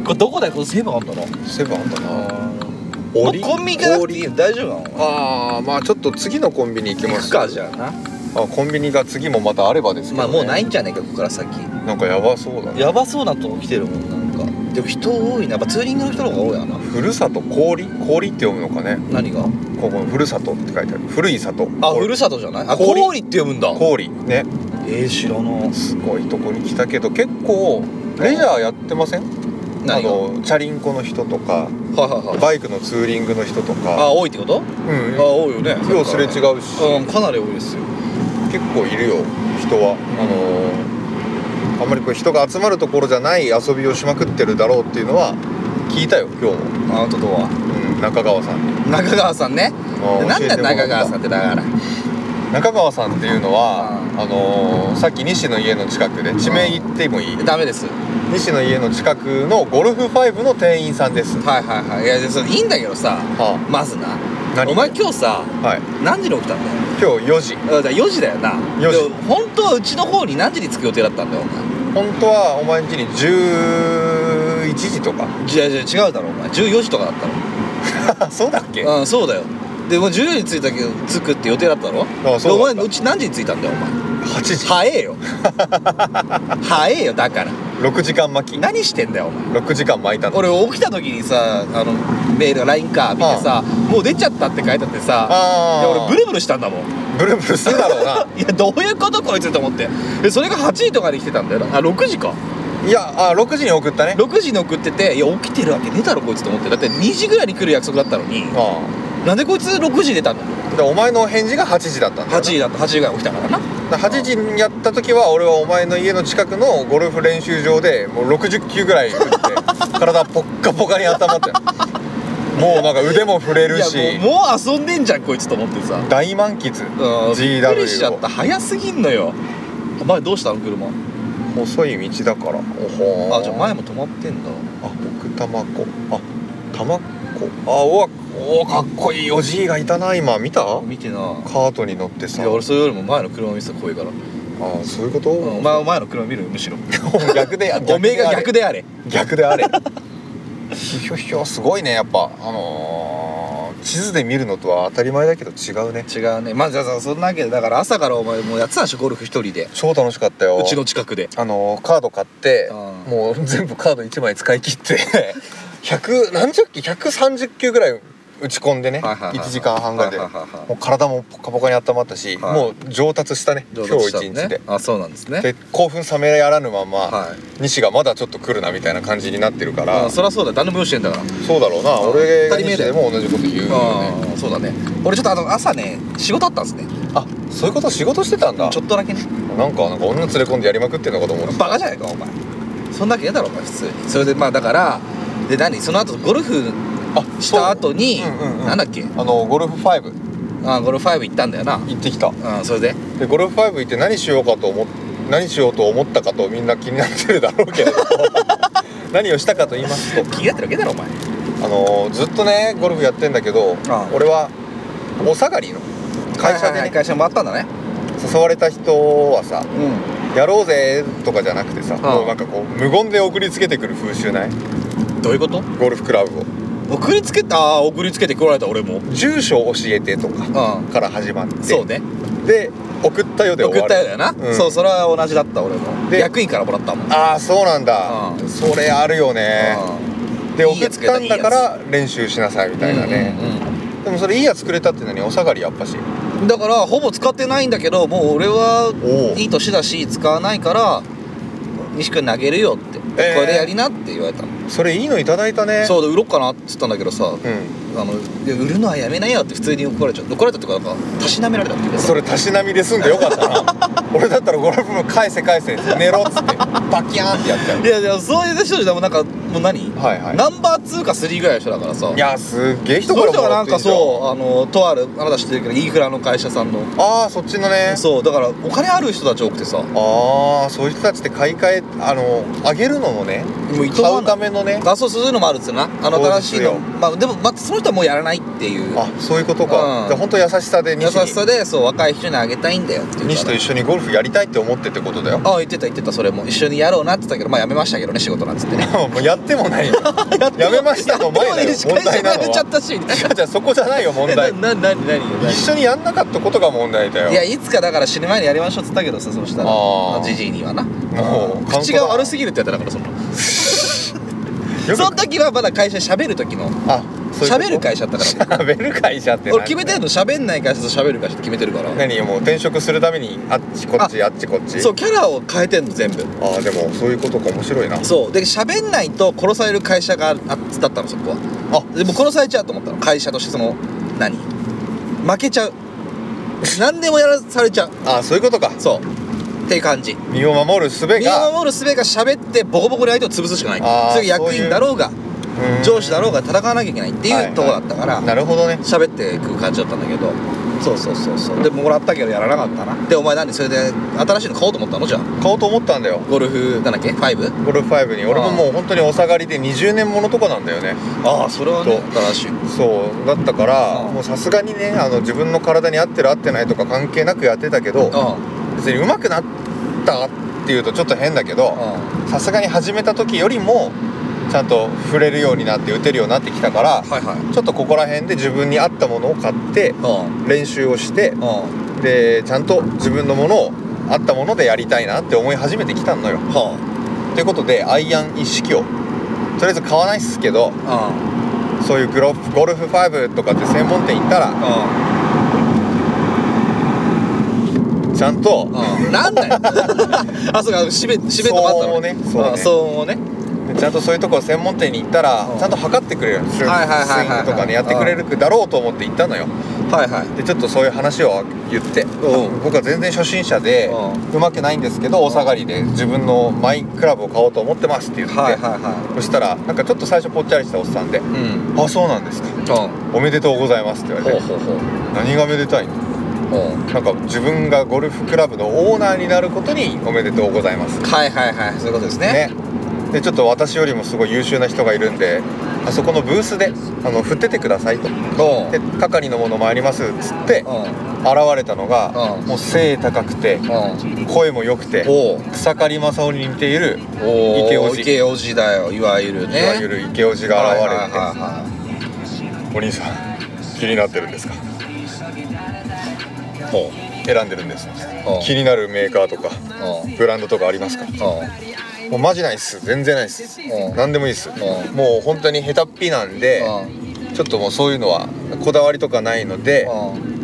[SPEAKER 3] これどこだよこのセブンあんだな
[SPEAKER 2] セブンあんだな
[SPEAKER 3] お
[SPEAKER 2] 折り
[SPEAKER 3] コンビニ行かなくていいよ大丈夫なの
[SPEAKER 2] あーまあちょっと次のコンビニ行き
[SPEAKER 3] 行
[SPEAKER 2] ま
[SPEAKER 3] く
[SPEAKER 2] す
[SPEAKER 3] かじゃあな
[SPEAKER 2] あコンビニが次もまたあればですけど、
[SPEAKER 3] まあ
[SPEAKER 2] ね、
[SPEAKER 3] もうないんじゃねえかここから先
[SPEAKER 2] なんかやばそうだね
[SPEAKER 3] やばそうなとこ来てるもんなんかでも人多いなやっぱツーリングの人の方が多いやな
[SPEAKER 2] ふるさと氷氷って読むのかね
[SPEAKER 3] 何が
[SPEAKER 2] ここふるさとって書いてある古い里
[SPEAKER 3] あ
[SPEAKER 2] 氷
[SPEAKER 3] ふるさとじゃないあ
[SPEAKER 2] 氷
[SPEAKER 3] 氷って読むんだ
[SPEAKER 2] 氷ね
[SPEAKER 3] えー、知らな
[SPEAKER 2] すごいとこに来たけど結構レジャーやってませんあ
[SPEAKER 3] 何がは
[SPEAKER 2] のチャリンコの人とか
[SPEAKER 3] いはいはい
[SPEAKER 2] バイクのツーリングの人とか
[SPEAKER 3] あ多いってこと
[SPEAKER 2] うん
[SPEAKER 3] あ多いよね
[SPEAKER 2] 今日すれ違
[SPEAKER 3] う
[SPEAKER 2] うし
[SPEAKER 3] うんかなり多いですよ
[SPEAKER 2] 結構いるよ人はあのーあんまりこう人が集まるところじゃない遊びをしまくってるだろうっていうのは聞いたよ今日も、
[SPEAKER 3] アウトドア
[SPEAKER 2] うん中川さんに
[SPEAKER 3] 中川さんね
[SPEAKER 2] あ
[SPEAKER 3] なんだ
[SPEAKER 2] 教えてもらった
[SPEAKER 3] 中川さんってだから
[SPEAKER 2] 中川さんっていうのはあのーさっき西の家の近くで地名言ってもいい
[SPEAKER 3] ダメです
[SPEAKER 2] 西の家の近くのゴルフ5の店員さんです
[SPEAKER 3] はいはいはいいやそれいいんだけどさ
[SPEAKER 2] は
[SPEAKER 3] まずな
[SPEAKER 2] あ何
[SPEAKER 3] お前今日さ
[SPEAKER 2] はい
[SPEAKER 3] 何時に起きたんだよ
[SPEAKER 2] 今日4時
[SPEAKER 3] だから4時だよな
[SPEAKER 2] 4時
[SPEAKER 3] でも本当はうちの方に何時に着く予定だったんだよお前
[SPEAKER 2] 本当はお前ん家に11時とか
[SPEAKER 3] じゃじゃ違うだろお前14時とかだった
[SPEAKER 2] そうだっけ
[SPEAKER 3] ろうんそうだよでもう14時に着いたけど着くって予定だったろ
[SPEAKER 2] あそうだった
[SPEAKER 3] でお前うち何時に着いたんだよお前
[SPEAKER 2] 8時
[SPEAKER 3] 早え よ早えよだから
[SPEAKER 2] 6時間巻き
[SPEAKER 3] 何してんだよお前
[SPEAKER 2] 6時間巻いたの
[SPEAKER 3] 俺起きた時にさあのメール LINE か見てさ、もう出ちゃったって書いてあってさい
[SPEAKER 2] あ
[SPEAKER 3] や
[SPEAKER 2] あ
[SPEAKER 3] 俺ブルブルしたんだもん
[SPEAKER 2] ブルブルするだろう な
[SPEAKER 3] いやどういうことこいつと思ってでそれが8時とかに来てたんだよなあ6時か
[SPEAKER 2] いやあ6時に送ったね
[SPEAKER 3] 6時に送ってていや起きてるわけねえだろこいつと思ってだって2時ぐらいに来る約束だったのに
[SPEAKER 2] あ
[SPEAKER 3] なんでこいつ6時出たの
[SPEAKER 2] あでお前の返事が8時だったんだよ
[SPEAKER 3] 8時だった8時ぐらい起きたからな
[SPEAKER 2] だから8時にやった時は俺はお前の家の近くのゴルフ練習場でもう60球ぐらい打って 体ポッカポカに温まってもうなんか腕も振れ
[SPEAKER 3] い
[SPEAKER 2] る
[SPEAKER 3] や
[SPEAKER 2] し
[SPEAKER 3] もうもう遊んでんじゃんこいつと思ってさ
[SPEAKER 2] 大満喫
[SPEAKER 3] うんび
[SPEAKER 2] GW
[SPEAKER 3] っくりしちゃった早すぎんのよお前どうしたの車
[SPEAKER 2] 細い道だからおほー
[SPEAKER 3] あじゃあ前も止まってんだ
[SPEAKER 2] あ奥多摩湖あ多摩湖あおわおかっこいいおじいがいたな今見た
[SPEAKER 3] 見てな
[SPEAKER 2] カートに乗って
[SPEAKER 3] い
[SPEAKER 2] さ
[SPEAKER 3] や俺それよりも前の車見せた声から、
[SPEAKER 2] あそういうこと、
[SPEAKER 3] お前は前の車見るよむしろ
[SPEAKER 2] 逆で
[SPEAKER 3] おめえが逆
[SPEAKER 2] で
[SPEAKER 3] であれ
[SPEAKER 2] あれ逆であれひょひょすごいねやっぱあのー、地図で見るのとは当たり前だけど違うね
[SPEAKER 3] 違うねまあじゃあさそんなわけでだから朝からお前もうやってたでしょゴルフ一人で
[SPEAKER 2] 超楽しかったよ
[SPEAKER 3] うちの近くで
[SPEAKER 2] あのー、カード買って
[SPEAKER 3] あー
[SPEAKER 2] もう全部カード1枚使い切って100何十球130球ぐらい打ち込んでね
[SPEAKER 3] はいはいはいはい
[SPEAKER 2] 1時間半ぐらいで
[SPEAKER 3] は
[SPEAKER 2] も
[SPEAKER 3] いはいはいはいう
[SPEAKER 2] 体もポカポカに温まったし
[SPEAKER 3] はい
[SPEAKER 2] もう上達したね今
[SPEAKER 3] 上達
[SPEAKER 2] 日
[SPEAKER 3] したの
[SPEAKER 2] 一日で
[SPEAKER 3] ねあそうなんですね
[SPEAKER 2] で興奮冷めやらぬまま
[SPEAKER 3] はい
[SPEAKER 2] 西がまだちょっと来るなみたいな感じになってるから
[SPEAKER 3] あそりゃそうだよ誰も用意してんだから
[SPEAKER 2] そうだろうな
[SPEAKER 3] うん
[SPEAKER 2] 俺が
[SPEAKER 3] 二人目
[SPEAKER 2] 西
[SPEAKER 3] で
[SPEAKER 2] でも同じこと言うよね
[SPEAKER 3] ああそうだね俺ちょっとあの朝ね仕事あったんですね
[SPEAKER 2] あそういうこと仕事してたんだ
[SPEAKER 3] ちょっとだけね
[SPEAKER 2] なんかなんか女連れ込んでやりまくってんのかと思って
[SPEAKER 3] バカじゃないかお前そんなわけねえだろお前普通にそれでまあだからで何その後ゴルフ
[SPEAKER 2] あ
[SPEAKER 3] した後に、
[SPEAKER 2] そううんうんうん
[SPEAKER 3] なんだっけ
[SPEAKER 2] あのゴルフ5
[SPEAKER 3] あゴルフ5行ったんだよな
[SPEAKER 2] 行ってきた
[SPEAKER 3] うんそれで
[SPEAKER 2] でゴルフ5行って何しようかと思っ何しようと思ったかとみんな気になってるだろ うけれど何をしたかと言いますと
[SPEAKER 3] 気になってるわけだろお前
[SPEAKER 2] あのーずっとねゴルフやってんだけど
[SPEAKER 3] ああ
[SPEAKER 2] 俺はお下がりの会社でね
[SPEAKER 3] 会社回ったんだね
[SPEAKER 2] 誘われた人はさ
[SPEAKER 3] う
[SPEAKER 2] 「やろうぜ」とかじゃなくてさ
[SPEAKER 3] ああ
[SPEAKER 2] もうなんかこう無言で送りつけてくる風習ない
[SPEAKER 3] んどういうこと
[SPEAKER 2] ゴルフクラブを
[SPEAKER 3] 送りつけたあー送りつけてこられた俺も
[SPEAKER 2] 住所教えてとか
[SPEAKER 3] う
[SPEAKER 2] から始まって
[SPEAKER 3] んそうね
[SPEAKER 2] で送ったよで
[SPEAKER 3] 送
[SPEAKER 2] 終
[SPEAKER 3] っ
[SPEAKER 2] わ
[SPEAKER 3] たよ
[SPEAKER 2] る
[SPEAKER 3] だよな、
[SPEAKER 2] うん
[SPEAKER 3] そうそれは同じだった俺も
[SPEAKER 2] で
[SPEAKER 3] 役員からもらったもん
[SPEAKER 2] ああそうなんだ
[SPEAKER 3] うん
[SPEAKER 2] それあるよね
[SPEAKER 3] うん
[SPEAKER 2] で
[SPEAKER 3] いい
[SPEAKER 2] 送
[SPEAKER 3] や
[SPEAKER 2] っ
[SPEAKER 3] つくれた
[SPEAKER 2] たんだから練習しなさいみたいなね
[SPEAKER 3] うん
[SPEAKER 2] でもそれいいやつくれたって何お下がりやっぱし
[SPEAKER 3] うんだからほぼ使ってないんだけどもう俺は
[SPEAKER 2] おお
[SPEAKER 3] いい年だし使わないから西君投げるよって、
[SPEAKER 2] えー
[SPEAKER 3] これでやりなって言われたの
[SPEAKER 2] それいいのいただいたね
[SPEAKER 3] そうで売ろうかなって言ったんだけどさ
[SPEAKER 2] う、ん
[SPEAKER 3] あのいや売るのはやめなよって普通に怒られちゃった怒られたっていうかなんかたしなめられたっていうか
[SPEAKER 2] それたしなみで済んでよかった な俺だったらゴルフ部返せ返せ寝ろっつってバキャーンってやっちゃう
[SPEAKER 3] いやいやそういう人じゃもうなんかもう何、
[SPEAKER 2] はいはい
[SPEAKER 3] ナンバー2か3ぐらいの人だからさ
[SPEAKER 2] いやすっげえ人
[SPEAKER 3] そ
[SPEAKER 2] か
[SPEAKER 3] の
[SPEAKER 2] ら
[SPEAKER 3] 人が
[SPEAKER 2] もら
[SPEAKER 3] な
[SPEAKER 2] っ
[SPEAKER 3] ん
[SPEAKER 2] ていい
[SPEAKER 3] か
[SPEAKER 2] じゃん
[SPEAKER 3] そうあのとあるあなた知ってるけどインフラの会社さんの
[SPEAKER 2] ああそっちのね
[SPEAKER 3] そうだからお金ある人たち多くてさも
[SPEAKER 2] ああそういう人たちって買い替えあの上げるのもね
[SPEAKER 3] ういと
[SPEAKER 2] 買
[SPEAKER 3] わ
[SPEAKER 2] うた
[SPEAKER 3] な
[SPEAKER 2] めのね
[SPEAKER 3] あそうそういうのもあるっつうなあの新しい
[SPEAKER 2] そ
[SPEAKER 3] の
[SPEAKER 2] うで
[SPEAKER 3] まあでも、まあ、その人はもうやらないっていう
[SPEAKER 2] あそういうことか、
[SPEAKER 3] うん
[SPEAKER 2] じゃあ本当優しさで
[SPEAKER 3] 優
[SPEAKER 2] 西
[SPEAKER 3] し
[SPEAKER 2] に
[SPEAKER 3] さでそう若い人にあげたいんだよっていう
[SPEAKER 2] 西と一緒にゴルフやりたいって思ってってことだよ
[SPEAKER 3] ああ言ってた言ってたそれも一緒にやろうなって言ったけどまあやめましたけどね仕事なんつってね
[SPEAKER 2] もうやって もないよやめましたの前だよ
[SPEAKER 3] 司
[SPEAKER 2] 問
[SPEAKER 3] 会
[SPEAKER 2] 題
[SPEAKER 3] 者
[SPEAKER 2] な
[SPEAKER 3] や
[SPEAKER 2] の
[SPEAKER 3] めちゃっ
[SPEAKER 2] は
[SPEAKER 3] たしみたいな
[SPEAKER 2] じゃあそこじゃないよ問題
[SPEAKER 3] えなな何何何
[SPEAKER 2] 一緒にやんなかったことが問題だよ
[SPEAKER 3] いやいつかだから死ぬ前にやりましょうっつったけどさそしたら
[SPEAKER 2] あー
[SPEAKER 3] じじいにはな
[SPEAKER 2] もう
[SPEAKER 3] 口が悪すぎるってやっただからその
[SPEAKER 2] よく
[SPEAKER 3] その時はまだ会社喋る時の
[SPEAKER 2] あそういうこと
[SPEAKER 3] 喋る会社だったか
[SPEAKER 2] 喋る会社って
[SPEAKER 3] ら
[SPEAKER 2] 何
[SPEAKER 3] 俺決めてんの喋んない会社と喋る会社って決めてるから
[SPEAKER 2] 何よもう転職するためにあっちこっちあっちこっち
[SPEAKER 3] そうキャラを変えてんの全部
[SPEAKER 2] あーでもそういうことか面白いな
[SPEAKER 3] そうで喋んないと殺される会社がああだったのそこは
[SPEAKER 2] あ
[SPEAKER 3] でも殺されちゃうと思ったの会社としてその何負けちゃう何でもやらされちゃう
[SPEAKER 2] あーそういうことか
[SPEAKER 3] そうっていう感じ
[SPEAKER 2] 身を守る術
[SPEAKER 3] 身を
[SPEAKER 2] が
[SPEAKER 3] 守る術が喋ってボコボコに相手を潰すしかない
[SPEAKER 2] あー
[SPEAKER 3] それが役員だろうが
[SPEAKER 2] うん
[SPEAKER 3] 上司だろうが戦わなきゃいけないって
[SPEAKER 2] はいいう
[SPEAKER 3] とこだったから
[SPEAKER 2] なるほどね
[SPEAKER 3] 喋っていく感じだったんだけどそうそうそうそうでもらったけどやらなかったなでお前何それで新しいの買おうと思ったのじゃあ
[SPEAKER 2] 買おうと思ったんだよ
[SPEAKER 3] ゴルフなんだっけ 5?
[SPEAKER 2] ゴルフ5に俺ももう本当にお下がりで20年ものとかなんだよね
[SPEAKER 3] ああそれは
[SPEAKER 2] ね
[SPEAKER 3] 新しい
[SPEAKER 2] そうだったから
[SPEAKER 3] うん
[SPEAKER 2] もうさすがにねあの自分の体に合ってる合ってないとか関係なくやってたけど
[SPEAKER 3] あ
[SPEAKER 2] 別に上手くなったっていうとちょっと変だけど
[SPEAKER 3] あ
[SPEAKER 2] さすがに始めた時よりもちゃんと振れるようになって打てるようになってきたから
[SPEAKER 3] はいはい
[SPEAKER 2] ちょっとここら辺で自分に合ったものを買って
[SPEAKER 3] うん
[SPEAKER 2] 練習をして
[SPEAKER 3] うん
[SPEAKER 2] でちゃんと自分のものを合ったものでやりたいなって思い始めてきたのよ。
[SPEAKER 3] は
[SPEAKER 2] ということでアイアン一式をとりあえず買わないっすけど
[SPEAKER 3] あ
[SPEAKER 2] そういうグロゴルフ5とかって専門店行ったら
[SPEAKER 3] う
[SPEAKER 2] ちゃんと
[SPEAKER 3] んうんなんだよ あそうか締め締めとかあったの
[SPEAKER 2] 騒音をね
[SPEAKER 3] あ騒音をね
[SPEAKER 2] ちゃんとそういうところ専門店に行ったら
[SPEAKER 3] うん
[SPEAKER 2] ちゃんと測ってくれるスイン
[SPEAKER 3] はいはいはいはいはい
[SPEAKER 2] グとかねやってくれるだろうと思って行ったのよ
[SPEAKER 3] はいはい
[SPEAKER 2] でちょっとそういう話を言って
[SPEAKER 3] うん
[SPEAKER 2] 僕は全然初心者で
[SPEAKER 3] う
[SPEAKER 2] うまくないんですけどお下がりで自分のマイクラブを買おうと思ってますって言って
[SPEAKER 3] はいはいは
[SPEAKER 2] そしたらなんかちょっと最初ぽっちゃりしたおっさんで
[SPEAKER 3] いうん
[SPEAKER 2] 「あそうなんですか
[SPEAKER 3] うんほ
[SPEAKER 2] おめでとうございます」って言われ
[SPEAKER 3] う
[SPEAKER 2] て
[SPEAKER 3] ほうほう
[SPEAKER 2] 「何がめでたいの?」
[SPEAKER 3] うん
[SPEAKER 2] なんか自分がゴルフクラブのオーナーになることにおめでとうございます
[SPEAKER 3] はいはいはいそういうことですね
[SPEAKER 2] ねでちょっと私よりもすごい優秀な人がいるんであそこのブースであの振っててくださいと
[SPEAKER 3] うん
[SPEAKER 2] で係のものもありますっつって現
[SPEAKER 3] うん
[SPEAKER 2] れたのが
[SPEAKER 3] うん
[SPEAKER 2] もう背高くて
[SPEAKER 3] うん
[SPEAKER 2] 声も良くて
[SPEAKER 3] おう
[SPEAKER 2] 草刈正雄に似ている
[SPEAKER 3] おー
[SPEAKER 2] イケオジ
[SPEAKER 3] イケオジだよいわゆる
[SPEAKER 2] い
[SPEAKER 3] ね
[SPEAKER 2] わゆるイケオジが現れて、
[SPEAKER 3] はいはいはい
[SPEAKER 2] お兄さん気になってるんですか
[SPEAKER 3] ほ
[SPEAKER 2] 選んでるんです
[SPEAKER 3] うん
[SPEAKER 2] 気になるメーカーとか
[SPEAKER 3] ううん
[SPEAKER 2] ブランドとかありますか
[SPEAKER 3] うん
[SPEAKER 2] もうマジないっす全然ないっす
[SPEAKER 3] うん
[SPEAKER 2] 何でもいいっす
[SPEAKER 3] ん
[SPEAKER 2] もう本当に下手っぴなんで
[SPEAKER 3] うん
[SPEAKER 2] ちょっちょっともうそういうのはこだわりとかないので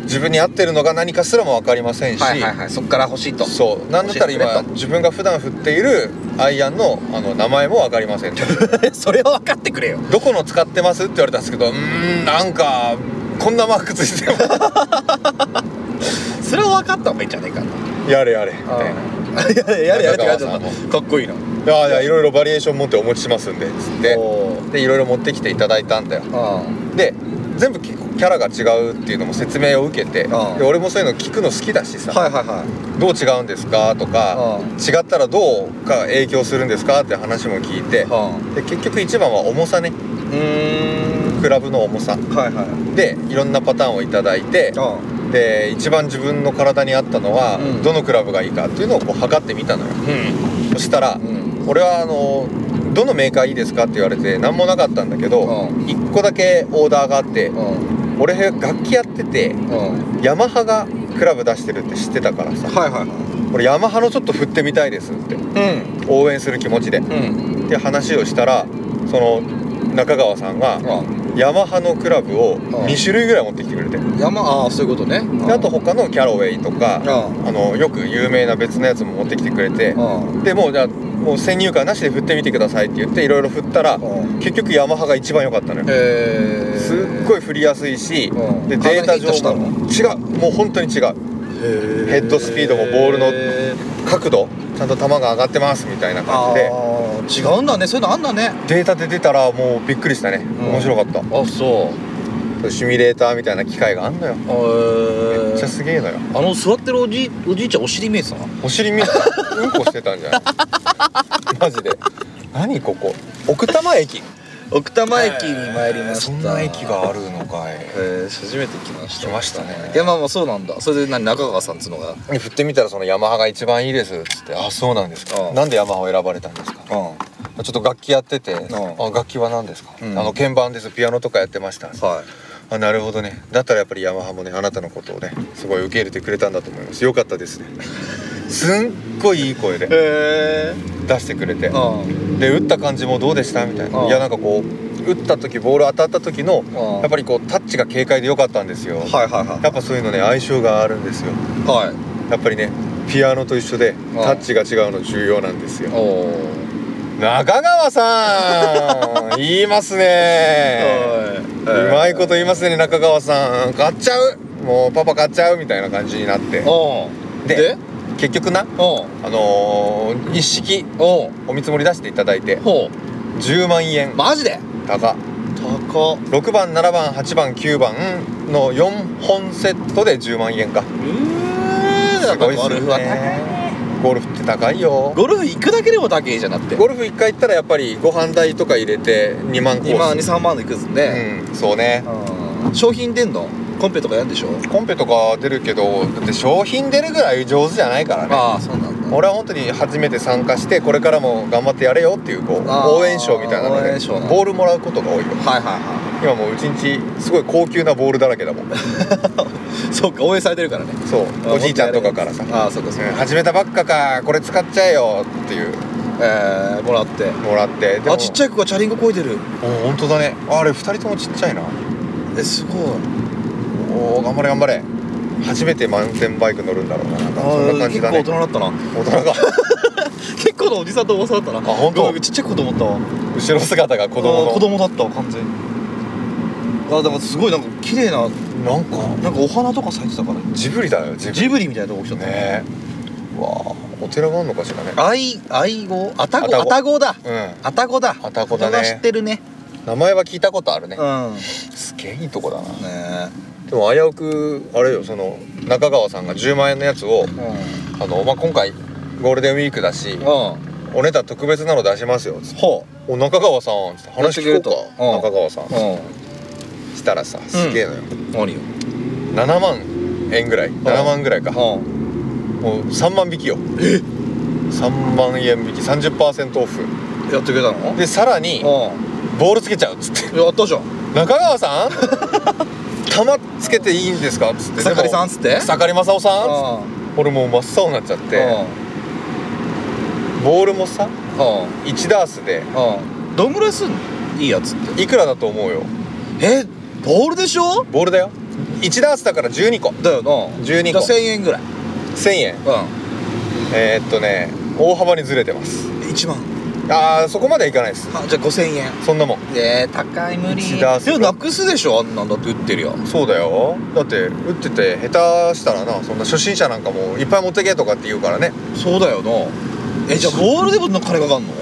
[SPEAKER 2] 自分に合ってるのが何かすらも分かりませんし、
[SPEAKER 3] はいはいはいそっから欲しいと
[SPEAKER 2] そうなんだったら
[SPEAKER 3] 教えて
[SPEAKER 2] 今
[SPEAKER 3] く
[SPEAKER 2] 自分が普段振っているアイアンのあの名前も分か りませんと
[SPEAKER 3] れとそれを分かってくれよ
[SPEAKER 2] どこの使ってますって言われたんですけどうーんなんかこんなマークついてる
[SPEAKER 3] それを分かった方がいいんじゃないかな
[SPEAKER 2] やれやれみ
[SPEAKER 3] みた
[SPEAKER 2] たい
[SPEAKER 3] いな
[SPEAKER 2] な
[SPEAKER 3] い やいややれやれって感じだっ
[SPEAKER 2] 中川さ
[SPEAKER 3] たかっこいいな
[SPEAKER 2] 「いやいやいろいろバリエーション持ってお持ちしますんで」つって
[SPEAKER 3] おー
[SPEAKER 2] でいろいろ持ってきていただいたんだよ
[SPEAKER 3] あ
[SPEAKER 2] で全部結構キャラが違うっていうのも説明を受けてで
[SPEAKER 3] ああ
[SPEAKER 2] 俺もそういうの聞くの好きだしさ
[SPEAKER 3] あはいはいはい
[SPEAKER 2] どう違うんですかと
[SPEAKER 3] ああ
[SPEAKER 2] か違ったらどうか影響するんですかって話も聞いて
[SPEAKER 3] あ
[SPEAKER 2] で結局一番は重さね
[SPEAKER 3] うーん
[SPEAKER 2] クラブの重さ
[SPEAKER 3] はいはい
[SPEAKER 2] でいろんなパターンをいただいて
[SPEAKER 3] あ
[SPEAKER 2] で一番自分の体に合ったのは
[SPEAKER 3] うん
[SPEAKER 2] どのクラブがいいかっていうのをこう測ってみたのよ
[SPEAKER 3] うん
[SPEAKER 2] そした
[SPEAKER 3] う
[SPEAKER 2] ら
[SPEAKER 3] ん
[SPEAKER 2] 俺はあのどのメーカーいいですかって言われて何もなかったんだけ
[SPEAKER 3] ああ
[SPEAKER 2] ど1個だけオーダーがあって
[SPEAKER 3] うん
[SPEAKER 2] 俺楽器やってて
[SPEAKER 3] うん
[SPEAKER 2] ヤマハがクラブ出してるって知ってたからさ
[SPEAKER 3] はいはいは
[SPEAKER 2] 俺ヤマハのちょっと振ってみたいですって
[SPEAKER 3] い
[SPEAKER 2] 応援する気持ちでっ
[SPEAKER 3] うんうん
[SPEAKER 2] て話をしたらその中川さんがヤマハのクラブを2種類ぐらい持ってきてくれて
[SPEAKER 3] 山ああそういうことね
[SPEAKER 2] であと他のキャロウェイとか
[SPEAKER 3] あ
[SPEAKER 2] あのよく有名な別のやつも持ってきてくれて
[SPEAKER 3] ああ
[SPEAKER 2] でもうじゃあもう先入観なしで振ってみてくださいって言っていろいろ振ったら結局ヤマハが一番良かったのよ
[SPEAKER 3] えー
[SPEAKER 2] すっごい振りやすいし
[SPEAKER 3] うん
[SPEAKER 2] でデータ上
[SPEAKER 3] 体に
[SPEAKER 2] も違うもう本当に違う
[SPEAKER 3] ヘ
[SPEAKER 2] ヘッドスピードもボールの角度ちゃんと球が上がってますみたいな
[SPEAKER 3] あ
[SPEAKER 2] 感じで
[SPEAKER 3] ー違うんだねそういうのあんだね
[SPEAKER 2] データで出たらもうびっくりしたね
[SPEAKER 3] ん
[SPEAKER 2] 面白かった
[SPEAKER 3] あそう
[SPEAKER 2] シミュレーターみたいな機械があんのよ
[SPEAKER 3] えー
[SPEAKER 2] めっちゃすげえのよ
[SPEAKER 3] あの座ってるおじおじいちゃんお尻見えてたな
[SPEAKER 2] お尻見えたうんこしてたんじゃ ないマジで何ここ奥多摩駅
[SPEAKER 3] 奥多摩駅に参りました
[SPEAKER 2] そんな駅があるのかい
[SPEAKER 3] えー初めて来ました
[SPEAKER 2] 来ましたね
[SPEAKER 3] いやまあまあそうなんだそれで何中川さんっつうのが
[SPEAKER 2] 振ってみたらそのヤマハが一番いいですっつってあそうなんですか
[SPEAKER 3] うん
[SPEAKER 2] なんでヤマハを選ばれたんですか
[SPEAKER 3] う
[SPEAKER 2] ちょっと楽器やってて
[SPEAKER 3] ん
[SPEAKER 2] あ楽器は何ですか
[SPEAKER 3] う
[SPEAKER 2] あ
[SPEAKER 3] ん
[SPEAKER 2] の鍵盤ですピアノとかやってました
[SPEAKER 3] んはい
[SPEAKER 2] あなるほどねだったらやっぱりヤマハもねあなたのことをねすごい受け入れてくれたんだと思いますよかったですね すんごいいい声で
[SPEAKER 3] へえ
[SPEAKER 2] 出してくれて
[SPEAKER 3] うん
[SPEAKER 2] で打った感じもどうでしたみたい
[SPEAKER 3] うん
[SPEAKER 2] ないやなんかこう打った時ボール当たった時の
[SPEAKER 3] ん
[SPEAKER 2] やっぱりこうタッチが軽快で良かったんですよ
[SPEAKER 3] はいはいは
[SPEAKER 2] やっぱそういうのね相性があるんですよ
[SPEAKER 3] いはい
[SPEAKER 2] やっぱりねピアノと一緒で
[SPEAKER 3] ん
[SPEAKER 2] タッチが違うの重要なんですよ
[SPEAKER 3] お
[SPEAKER 2] 中川さ ん言いますねうまいこと言いますね中川さん買っちゃうもうパパ買っちゃうみたいな感じになって
[SPEAKER 3] おうん
[SPEAKER 2] で結局な
[SPEAKER 3] おう
[SPEAKER 2] あのー一式
[SPEAKER 3] おう
[SPEAKER 2] お見積もり出していただいて
[SPEAKER 3] ほ
[SPEAKER 2] 10万
[SPEAKER 3] う
[SPEAKER 2] 円
[SPEAKER 3] マジで
[SPEAKER 2] 高
[SPEAKER 3] 高
[SPEAKER 2] 6番7番8番9番の4本セットで10万円か
[SPEAKER 3] うーん
[SPEAKER 2] すごいっ
[SPEAKER 3] ゴ
[SPEAKER 2] す
[SPEAKER 3] ル
[SPEAKER 2] よ
[SPEAKER 3] フは高い
[SPEAKER 2] ねゴルフって高いよ
[SPEAKER 3] ゴルフ行くだけでも高いじゃなくて
[SPEAKER 2] ゴルフ1回行ったらやっぱりご飯代とか入れて2万コース
[SPEAKER 3] 2万23万で行くんですね、
[SPEAKER 2] うんそうね
[SPEAKER 3] うん商品出んのコンペとかやるんでしょ
[SPEAKER 2] コンペとか出るけどだって商品出るぐらい上手じゃないからね
[SPEAKER 3] ああそうなんだ
[SPEAKER 2] 俺は本当に初めて参加してこれからも頑張ってやれよっていうこう
[SPEAKER 3] あー
[SPEAKER 2] 応援賞みたいなの
[SPEAKER 3] 応
[SPEAKER 2] で
[SPEAKER 3] 援賞なんだ
[SPEAKER 2] ボールもらうことが多いよ
[SPEAKER 3] はいは
[SPEAKER 2] 今もう一日すごい高級なボールだらけだもん
[SPEAKER 3] いはいそうか応援されてるからね
[SPEAKER 2] そうおじいちゃんとかからさ
[SPEAKER 3] ああそうかそう
[SPEAKER 2] うん
[SPEAKER 3] か、
[SPEAKER 2] 始めたばっかかこれ使っちゃえよっていう
[SPEAKER 3] えー、もらって
[SPEAKER 2] もらって
[SPEAKER 3] あちっち
[SPEAKER 2] ゃ
[SPEAKER 3] ゃ
[SPEAKER 2] い
[SPEAKER 3] い子がチャリンコこいでる
[SPEAKER 2] 本当だねあれ2人ともちっちゃいな
[SPEAKER 3] えすごい
[SPEAKER 2] おお頑張れ頑張れ初めてマウンテンバイク乗るんだろうななんかそんな
[SPEAKER 3] あー
[SPEAKER 2] 感
[SPEAKER 3] 結
[SPEAKER 2] じ
[SPEAKER 3] 構
[SPEAKER 2] だ
[SPEAKER 3] 大
[SPEAKER 2] ね
[SPEAKER 3] 人だったな
[SPEAKER 2] 大人が
[SPEAKER 3] 結構のおじさんとおばさんだったな
[SPEAKER 2] あ本当
[SPEAKER 3] ごめんちっちゃい子と思ったわ
[SPEAKER 2] 後ろ姿が子供
[SPEAKER 3] あー
[SPEAKER 2] の
[SPEAKER 3] 子供だったわ完全にあだからすごいなんか綺麗な
[SPEAKER 2] なんか
[SPEAKER 3] なんかお花とか咲いてたから
[SPEAKER 2] ジブリだよジブリ
[SPEAKER 3] ジブリみたいなとこ来ちゃった
[SPEAKER 2] ねえわあお寺があるのかしらね
[SPEAKER 3] あいあいごあたご
[SPEAKER 2] あた
[SPEAKER 3] あ
[SPEAKER 2] ご
[SPEAKER 3] たごだ
[SPEAKER 2] う
[SPEAKER 3] あたごだ
[SPEAKER 2] あたごだね
[SPEAKER 3] 大人知ってるね
[SPEAKER 2] ん名前は聞いたことあるね
[SPEAKER 3] うんね
[SPEAKER 2] すげえいいとこだな
[SPEAKER 3] え
[SPEAKER 2] でも危うくあれよその中川さんが10万円のやつを
[SPEAKER 3] う
[SPEAKER 2] あの、まあ、今回ゴールデンウィークだし
[SPEAKER 3] ん
[SPEAKER 2] お値段特別なの出しますよつって
[SPEAKER 3] ほ
[SPEAKER 2] 「お中川さん」つって話聞こうか、
[SPEAKER 3] やって
[SPEAKER 2] 中
[SPEAKER 3] く
[SPEAKER 2] 川さん
[SPEAKER 3] う、うん
[SPEAKER 2] したらさすげえのよ、
[SPEAKER 3] 何よ
[SPEAKER 2] 7万円ぐらい7万ぐらいか
[SPEAKER 3] うん
[SPEAKER 2] もう3万引きよえ3万円引き30%オフ
[SPEAKER 3] やってくれたの
[SPEAKER 2] でさらに
[SPEAKER 3] う
[SPEAKER 2] ボールつけちゃうっつって
[SPEAKER 3] んやったじゃん
[SPEAKER 2] 「中川さん 球つけていいんですか?」っつって
[SPEAKER 3] 草刈さんっ
[SPEAKER 2] で
[SPEAKER 3] つって
[SPEAKER 2] も草刈正雄さんっつって
[SPEAKER 3] うん
[SPEAKER 2] 俺もう真っ青になっちゃっ
[SPEAKER 3] うん
[SPEAKER 2] てボールもさ
[SPEAKER 3] うん
[SPEAKER 2] 1ダースで
[SPEAKER 3] うんどんぐらいすんのいいやつって
[SPEAKER 2] いくらだと思うよ
[SPEAKER 3] えボールでしょ
[SPEAKER 2] ボールだよ1ダースだから12個
[SPEAKER 3] だよな
[SPEAKER 2] 12個
[SPEAKER 3] だから1000円ぐらい
[SPEAKER 2] 1000円
[SPEAKER 3] う
[SPEAKER 2] えー、っとね大幅にずれてます
[SPEAKER 3] ん1万
[SPEAKER 2] あーそこまではいかないです
[SPEAKER 3] あじゃあ5000円
[SPEAKER 2] そんなもん
[SPEAKER 3] えー、高い無
[SPEAKER 2] 一
[SPEAKER 3] 理
[SPEAKER 2] 打数
[SPEAKER 3] でもなくすでしょあんなんだって売ってるやん
[SPEAKER 2] そうだよだって打ってて下手したらなそんな初心者なんかもいっぱい持ってけとかって言うからね
[SPEAKER 3] そうだよなえじゃあボールでもな金かかんの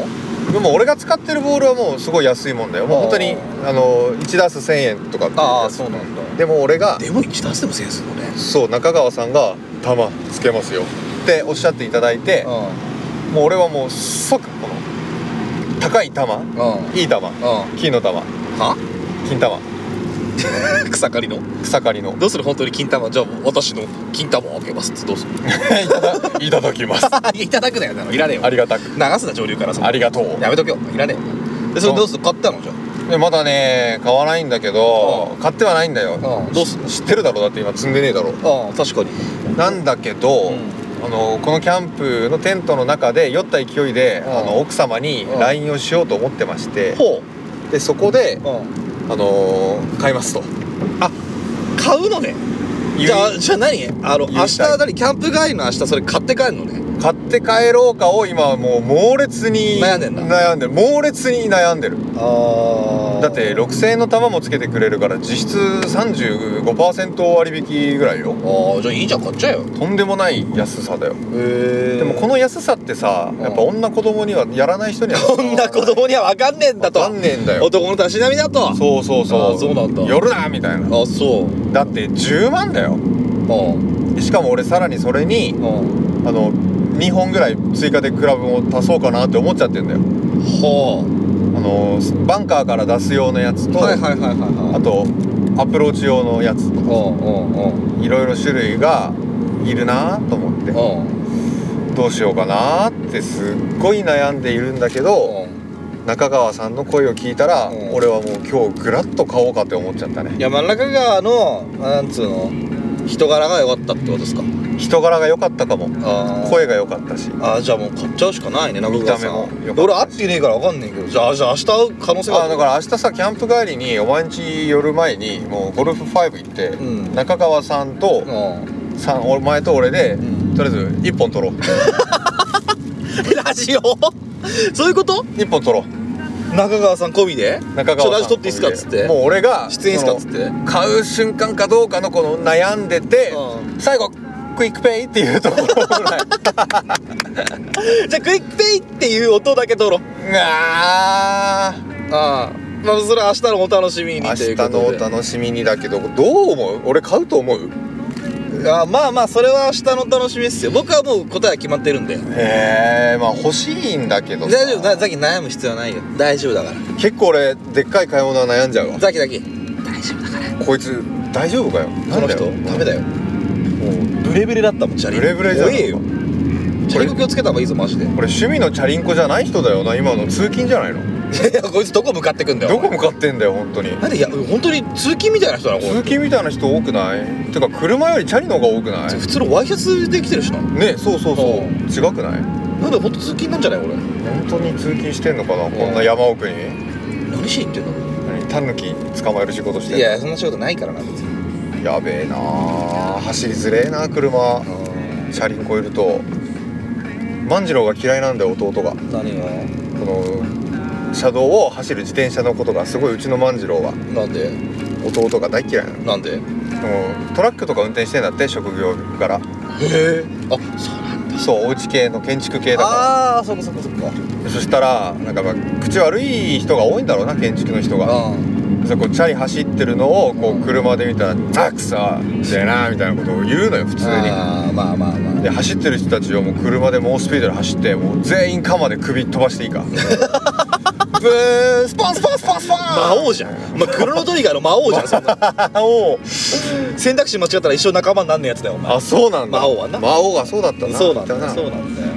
[SPEAKER 2] でも俺が使ってるボールはもうすごい安いもんだよもう本当に
[SPEAKER 3] あ
[SPEAKER 2] あの1ダース1000円とかっていうやつ
[SPEAKER 3] んだ
[SPEAKER 2] でも俺が
[SPEAKER 3] でも1出してもセンスのね
[SPEAKER 2] そう中川さんが「玉つけますよ」っておっしゃっていただいて
[SPEAKER 3] う
[SPEAKER 2] もう俺はもう即この高い玉
[SPEAKER 3] んうん
[SPEAKER 2] いい玉
[SPEAKER 3] う
[SPEAKER 2] 金の玉
[SPEAKER 3] んは
[SPEAKER 2] 金玉
[SPEAKER 3] 草刈りの
[SPEAKER 2] 草刈りの
[SPEAKER 3] どうする本当に金玉じゃあもう私の金玉をあげますってど うする
[SPEAKER 2] いただいただきます
[SPEAKER 3] いただくなよなのいらねえよ
[SPEAKER 2] ありがたく
[SPEAKER 3] 流すな上流からその
[SPEAKER 2] ありがとう
[SPEAKER 3] やめとけよいらねえよでそれどうする買ったのじゃ
[SPEAKER 2] でまだね買わないんだけど、買ってはないんだ
[SPEAKER 3] あ
[SPEAKER 2] よ、
[SPEAKER 3] うんどうすんの
[SPEAKER 2] 知ってるだろだって今積んでねえだろ
[SPEAKER 3] ああ確かに
[SPEAKER 2] なんだけど、あのこのキャンプのテントの中で酔った勢いで、
[SPEAKER 3] うん
[SPEAKER 2] あの奥様に
[SPEAKER 3] うん
[SPEAKER 2] LINE をしようと思ってまして、
[SPEAKER 3] ほ
[SPEAKER 2] でそこで
[SPEAKER 3] う、うん、
[SPEAKER 2] 「あのー買います」と
[SPEAKER 3] 買うのね
[SPEAKER 2] 言い
[SPEAKER 3] じゃあじゃあ何あの
[SPEAKER 2] 言いたい
[SPEAKER 3] 明日何キャンプ帰りの明日それ買って帰るのね
[SPEAKER 2] 買って帰ろうかを今はもう猛烈に
[SPEAKER 3] 悩んでんだ
[SPEAKER 2] 悩んでる猛烈に悩んでる
[SPEAKER 3] あ
[SPEAKER 2] だって6000円の玉もつけてくれるから実質35%割引ぐらいよ
[SPEAKER 3] ああじゃあいいじゃん買っちゃえよ
[SPEAKER 2] とんでもない安さだよ
[SPEAKER 3] へえ
[SPEAKER 2] でもこの安さってさやっぱ女子供にはやらない人 には
[SPEAKER 3] こんな子供には分かんねえんだと
[SPEAKER 2] わかんねえんだよ
[SPEAKER 3] 男のたしなみだとあ
[SPEAKER 2] そうそうそ
[SPEAKER 3] あ
[SPEAKER 2] う
[SPEAKER 3] そうなんだ
[SPEAKER 2] 夜だみたいな
[SPEAKER 3] そう
[SPEAKER 2] だって10万だよ
[SPEAKER 3] うん
[SPEAKER 2] しかも俺さらにそれに
[SPEAKER 3] うん
[SPEAKER 2] あの2本ぐらい追加でクラブを足そうかなって思っちゃってんだよ
[SPEAKER 3] ほ
[SPEAKER 2] あのバンカーから出す用のやつ
[SPEAKER 3] う
[SPEAKER 2] と、
[SPEAKER 3] はいはいはいはいはい
[SPEAKER 2] あとアプローチ用のやつ
[SPEAKER 3] うんうんうん
[SPEAKER 2] いろいろ種類がいるなと思って
[SPEAKER 3] うん
[SPEAKER 2] どうしようかなってすっごい悩んでいるんだけど、中川さんの声を聞いたら、
[SPEAKER 3] うん
[SPEAKER 2] 俺はもう今日グラッと買おうかって思っちゃったね
[SPEAKER 3] 山中川のなんつうの人柄が良かったってことですか
[SPEAKER 2] 人柄が良かったかも
[SPEAKER 3] あー
[SPEAKER 2] 声が良かったし
[SPEAKER 3] あーじゃあもう買っちゃうしかないね中川さん
[SPEAKER 2] 見た目も良かったし
[SPEAKER 3] 俺会ってねえから分かんねえけどじゃあじゃあ明日会う可能性が
[SPEAKER 2] あだから明日さキャンプ帰りにお前んち寄る前にもうゴルフ5行って、
[SPEAKER 3] うん
[SPEAKER 2] 中川さんと、
[SPEAKER 3] うん
[SPEAKER 2] さんお前と俺で、
[SPEAKER 3] ん
[SPEAKER 2] とりあえず1本取ろう
[SPEAKER 3] ラジオ そういうこと
[SPEAKER 2] 1本取ろ
[SPEAKER 3] 中川さん込みで
[SPEAKER 2] う中川さん
[SPEAKER 3] ちょラジ撮っていいっすかっつって
[SPEAKER 2] もう俺が
[SPEAKER 3] 出演っすかっつって
[SPEAKER 2] その買う瞬間かどうかのこの悩んでて、
[SPEAKER 3] う
[SPEAKER 2] 最後クイックペイっていうところぐらい
[SPEAKER 3] じゃあクイックペイっていう音だけ撮ろう
[SPEAKER 2] うわー
[SPEAKER 3] ああまあそれは明日のお楽しみに
[SPEAKER 2] 明
[SPEAKER 3] とい
[SPEAKER 2] 日
[SPEAKER 3] うこと
[SPEAKER 2] のお
[SPEAKER 3] で
[SPEAKER 2] 楽しみにだけどどう思う俺買うと思う
[SPEAKER 3] ああまあまあそれは明日のお楽しみですよ僕はもう答えは決まってるんで
[SPEAKER 2] へえまあ欲しいんだけど
[SPEAKER 3] 大
[SPEAKER 2] さ
[SPEAKER 3] 丈夫だザキ悩む必要はないよ大丈夫だから
[SPEAKER 2] 結構俺でっかい買い物は悩んじゃうわ
[SPEAKER 3] ザキザキ大丈夫だから
[SPEAKER 2] こいつ大丈夫かよ
[SPEAKER 3] この人ダメだよブレブレだったもんチャリ
[SPEAKER 2] ブレブレじゃん
[SPEAKER 3] 怖えよチャリコ気をつけた方がいいぞマジでい
[SPEAKER 2] これ趣味のチャリンコじゃない人だよな今の通勤じゃないの
[SPEAKER 3] やこいつどこ向かってくんだよ
[SPEAKER 2] どこ向かってんだよ本当に
[SPEAKER 3] なんでいや本当に通勤みたいな人だなこ
[SPEAKER 2] 通
[SPEAKER 3] れ
[SPEAKER 2] 勤みたいな人多くないてか車よりチャリの方が多くない
[SPEAKER 3] 普通のワイシャツで来てるしな
[SPEAKER 2] ねそうそうそ
[SPEAKER 3] う
[SPEAKER 2] う
[SPEAKER 3] ん
[SPEAKER 2] 違くない
[SPEAKER 3] なんで本当通勤なんじゃないこれ
[SPEAKER 2] 本当に通勤してんのかなこん
[SPEAKER 3] う
[SPEAKER 2] なん山奥に
[SPEAKER 3] 何しに行ってんだろ
[SPEAKER 2] 何タヌキ捕まえる仕事し
[SPEAKER 3] い
[SPEAKER 2] て
[SPEAKER 3] や
[SPEAKER 2] ん
[SPEAKER 3] そんな仕事ないからな別に
[SPEAKER 2] のやべえなあ走りづれえな車チャリンコいると万次郎が嫌いなんだよ弟がこ
[SPEAKER 3] 何が
[SPEAKER 2] の車道を走る自転車のことがすごいうちの万次郎は
[SPEAKER 3] なんで
[SPEAKER 2] 弟が大嫌いなの
[SPEAKER 3] なんでへ
[SPEAKER 2] もうトラックとか運転してんだって職業から
[SPEAKER 3] えあそうなんだ
[SPEAKER 2] そうおうち系の建築系だか
[SPEAKER 3] ああそっかそっかそっか
[SPEAKER 2] らそしたらなんかまあ口悪い人が多いんだろうな建築の人が
[SPEAKER 3] あ
[SPEAKER 2] そこうチャリ走ってるのをこう車で見たら「あくさじゃな」みたいなことを言うのよ普通に。
[SPEAKER 3] あーまあまあま
[SPEAKER 2] で
[SPEAKER 3] あ
[SPEAKER 2] 走ってる人たちをもう車で猛スピードで走ってもう全員鎌で首飛ばしていい かブーンスポンスポンスポンスポン
[SPEAKER 3] 魔王じゃんお前クロノトリガーの魔王じゃんそん な
[SPEAKER 2] 魔王
[SPEAKER 3] 選択肢間違ったら一生仲間になんねえやつだよお前
[SPEAKER 2] あそうなんだ
[SPEAKER 3] 魔王はな
[SPEAKER 2] 魔王がそうだったな
[SPEAKER 3] そうなんだ
[SPEAKER 2] みた
[SPEAKER 3] よ
[SPEAKER 2] い
[SPEAKER 3] そ
[SPEAKER 2] な
[SPEAKER 3] うなんだよ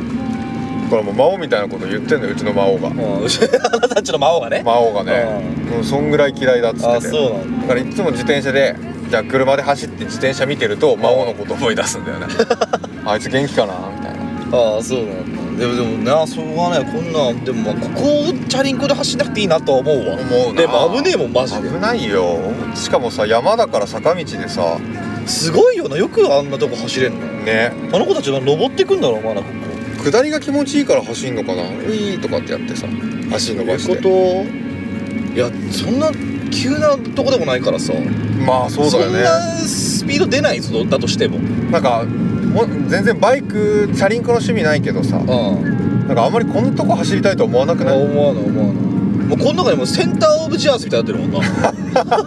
[SPEAKER 2] これもう魔王みたいなこと言ってんだようちの魔王が
[SPEAKER 3] うんあなたたちの魔王がね
[SPEAKER 2] 魔王がねもうそんぐらい嫌いだっつってて
[SPEAKER 3] あそうなんだ
[SPEAKER 2] だからいつも自転車でじゃあ車で走って自 転車見てると魔王のこと思い出すんだよねあいつ元気かなみたいな
[SPEAKER 3] ああそうなんでもでもなしょうがないこんなでもまあここをチャリンコで走んなくていいなとは思うわ
[SPEAKER 2] 思うな
[SPEAKER 3] でも危ねえもんマジで
[SPEAKER 2] 危ないよしかもさ山だから坂道でさ
[SPEAKER 3] すごいよなよくあんなとこ走れんの
[SPEAKER 2] ね
[SPEAKER 3] あの子たちは登ってくんだろうまだこ
[SPEAKER 2] 下りが気持ちいいから走んのかなウィーとかってやってさ足伸
[SPEAKER 3] こ
[SPEAKER 2] ばして
[SPEAKER 3] いやそんな急なとこでもないからさ
[SPEAKER 2] まあそうだよね
[SPEAKER 3] んなスピード出ないぞだとしても
[SPEAKER 2] なんかもう全然バイクチャリンコの趣味ないけどさ
[SPEAKER 3] うん
[SPEAKER 2] なんかあんまりこんなとこ走りたいと思わなくない
[SPEAKER 3] 思わない思わないもうこの中でもうセンターオブチアーズみたいになってるもんな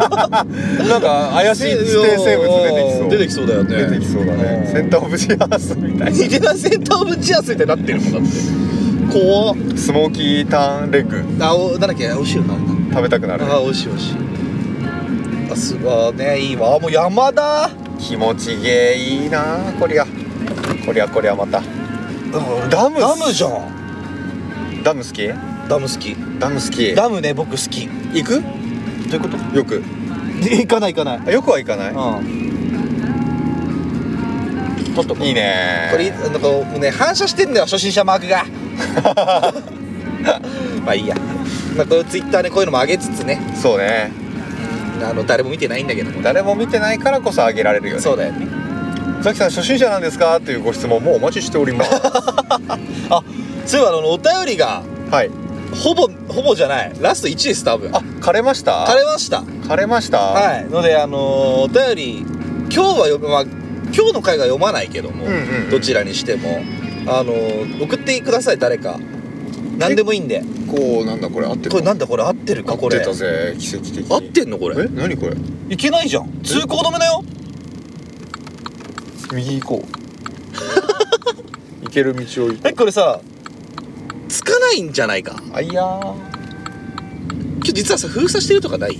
[SPEAKER 2] なんか怪しい地底生物出てきそう
[SPEAKER 3] 出てきそうだよね
[SPEAKER 2] 出てきそうだねセンターオブシアースみたい
[SPEAKER 3] 似てないセンターオブチアーズみたいになってるもんだって怖っ
[SPEAKER 2] なスモーキーターンレッグ
[SPEAKER 3] あおなんだっけ美味しいよな
[SPEAKER 2] 食べたくなる
[SPEAKER 3] あ美味しい美味しいあすごいねいいわあもう山だ
[SPEAKER 2] 気持ちげえいいなこりゃこりゃこりゃまたダム
[SPEAKER 3] ダムじゃん
[SPEAKER 2] ダム好き
[SPEAKER 3] ダム好き
[SPEAKER 2] ダム好き
[SPEAKER 3] ダムね僕好きど
[SPEAKER 2] 行く
[SPEAKER 3] ういうこと
[SPEAKER 2] よく
[SPEAKER 3] 行かない行かない
[SPEAKER 2] あよくは行かない
[SPEAKER 3] うん取っとこう
[SPEAKER 2] いいね
[SPEAKER 3] これなんかもうね反射してんだよ初心者マークがまあいいやまあこうツイッターでこういうのも上げつつね
[SPEAKER 2] そうね
[SPEAKER 3] あの誰も見てないんだけども
[SPEAKER 2] 誰も見てないからこそあげられるよね
[SPEAKER 3] そうだよね
[SPEAKER 2] ザキさん初心者なんですかというご質問もうお待ちしております
[SPEAKER 3] あそういえばあのお便りが
[SPEAKER 2] はい
[SPEAKER 3] ほぼほぼじゃないラスト1です多分
[SPEAKER 2] あ枯れました
[SPEAKER 3] 枯れました
[SPEAKER 2] 枯れました
[SPEAKER 3] はいのであのーお便り今日は読むまあ今日の回が読まないけども、
[SPEAKER 2] うんうんうん
[SPEAKER 3] どちらにしてもあのー送ってください誰か何でもいいんで
[SPEAKER 2] こうなんだこれ合ってる
[SPEAKER 3] これなん
[SPEAKER 2] だ
[SPEAKER 3] だこれ合ってるかこれ
[SPEAKER 2] 合ってたぜ奇跡的に
[SPEAKER 3] 合ってんのこ
[SPEAKER 2] え
[SPEAKER 3] れ
[SPEAKER 2] 何これ
[SPEAKER 3] いけないじゃん通行止めだよ
[SPEAKER 2] 右行こう 行ける道を行こ
[SPEAKER 3] えこれさつかないんじゃないか
[SPEAKER 2] うあいやー
[SPEAKER 3] 今日実はさ封鎖してるとかない
[SPEAKER 2] い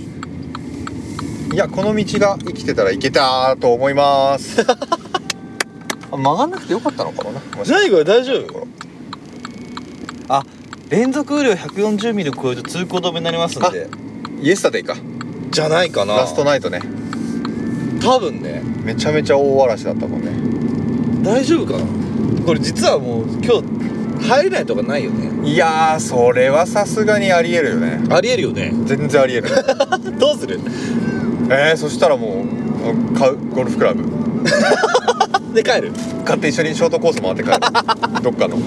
[SPEAKER 2] やこの道が生きてたらいけたと思います あ曲がんなくてよかったのかもなもし
[SPEAKER 3] ないこれ大丈夫
[SPEAKER 2] これ
[SPEAKER 3] あ連続雨量140ミリを超えると通行止めになりますんで
[SPEAKER 2] イエスタデイか
[SPEAKER 3] じゃないかな
[SPEAKER 2] ラストナイトね
[SPEAKER 3] 多分ね
[SPEAKER 2] めちゃめちゃ大嵐だったもんね
[SPEAKER 3] 大丈夫かなこれ実はもう今日入れないとかないよね
[SPEAKER 2] いやーそれはさすがにありえるよね
[SPEAKER 3] ありえるよね
[SPEAKER 2] 全然ありえる
[SPEAKER 3] どうする
[SPEAKER 2] えー、そしたらもう買うゴルフクラブ
[SPEAKER 3] で帰る
[SPEAKER 2] 買って一緒にショートコース回って帰 るどっかの
[SPEAKER 3] い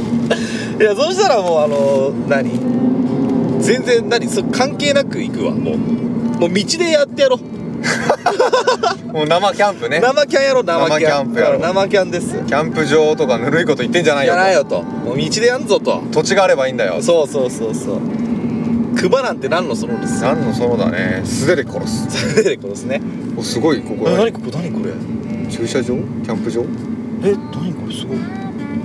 [SPEAKER 3] やそうしたらもうあのー何全然何そ関係なく行くわもうもう道でやってやろう
[SPEAKER 2] もう生キャンプね
[SPEAKER 3] 生キャンやろう生キャン
[SPEAKER 2] 生キャンプやろう
[SPEAKER 3] 生キャンです
[SPEAKER 2] キャンプ場とかぬるいこと言ってんじゃない
[SPEAKER 3] や
[SPEAKER 2] よ
[SPEAKER 3] らんよともう道でやんぞと
[SPEAKER 2] 土地があればいいんだよ
[SPEAKER 3] そうそうそうそう熊なんて何のそのです
[SPEAKER 2] 何のそのだね素手で殺す
[SPEAKER 3] それでこうですね
[SPEAKER 2] おすごいこ
[SPEAKER 3] こ
[SPEAKER 2] こ
[SPEAKER 3] こ何これ
[SPEAKER 2] 駐車場キャンプ場
[SPEAKER 3] え何これすごい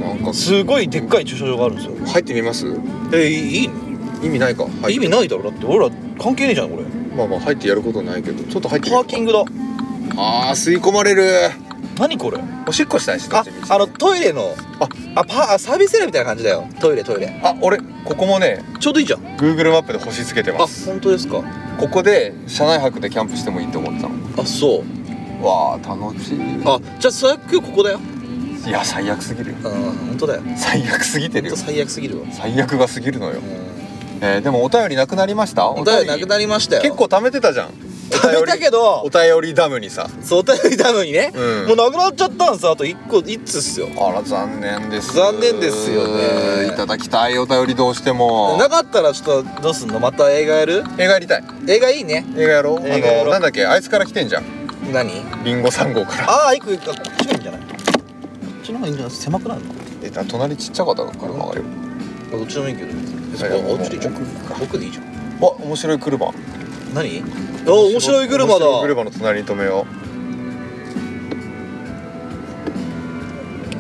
[SPEAKER 2] なんか
[SPEAKER 3] すごいでっかい駐車場があるんですよ
[SPEAKER 2] 入ってみます
[SPEAKER 3] えいいの
[SPEAKER 2] 意味ないか入
[SPEAKER 3] 意
[SPEAKER 2] って
[SPEAKER 3] 味ないだろだって俺ら関係ねえじゃんこれ
[SPEAKER 2] まあまあ入ってやることないけどちょっと入ってみ
[SPEAKER 3] パ
[SPEAKER 2] よう
[SPEAKER 3] ーキングだ
[SPEAKER 2] あー吸い込まれる
[SPEAKER 3] 何これ
[SPEAKER 2] おしっこしたいし
[SPEAKER 3] ああのトイレの
[SPEAKER 2] あ
[SPEAKER 3] あパあサービスエリアみたいな感じだよトイレトイレ
[SPEAKER 2] あ俺ここもね
[SPEAKER 3] ちょうどいいじゃん
[SPEAKER 2] Google マップで星つけて
[SPEAKER 3] あ
[SPEAKER 2] ます
[SPEAKER 3] 本当ですか
[SPEAKER 2] ここで車内泊でキャンプしてもいいと思ってたの
[SPEAKER 3] あそう
[SPEAKER 2] わあ楽しい
[SPEAKER 3] あじゃあ最悪今日ここだよ
[SPEAKER 2] いや最悪すぎるよ
[SPEAKER 3] あー本当だよ
[SPEAKER 2] 最悪すぎてる
[SPEAKER 3] 本
[SPEAKER 2] よ
[SPEAKER 3] 当最悪すぎるわ
[SPEAKER 2] 最悪が過ぎるのよ
[SPEAKER 3] う、ん
[SPEAKER 2] えーでもお便りなくなりました
[SPEAKER 3] お便りなくなりましたよ
[SPEAKER 2] 結構貯めてたじゃん
[SPEAKER 3] 食べたけど
[SPEAKER 2] お便りダムにさ
[SPEAKER 3] そうお便りダムにね、
[SPEAKER 2] うん
[SPEAKER 3] もうなくなっちゃったんですあと1個1つっすよ
[SPEAKER 2] あら残念です
[SPEAKER 3] 残念ですよね
[SPEAKER 2] いただきたいお便りどうしても
[SPEAKER 3] なかったらちょっとどうすんのまた映画やる
[SPEAKER 2] 映画やりたい
[SPEAKER 3] 映画いいね
[SPEAKER 2] 映画やろうあ
[SPEAKER 3] 映画やろう
[SPEAKER 2] のなんだっけあいつから来てんじゃん
[SPEAKER 3] 何
[SPEAKER 2] リンゴ3号から
[SPEAKER 3] ああ行く行くこっちもいいんじゃないこっちの方がいいんじゃない狭くないの
[SPEAKER 2] えっと隣ちっちゃかったから車があるよ
[SPEAKER 3] どっちでもいいけど別
[SPEAKER 2] はい
[SPEAKER 3] にあっちでいいじゃん奥でいいじゃん
[SPEAKER 2] わ面白い車あ
[SPEAKER 3] 何あ面白い車だ
[SPEAKER 2] 面白い車の隣に止めよう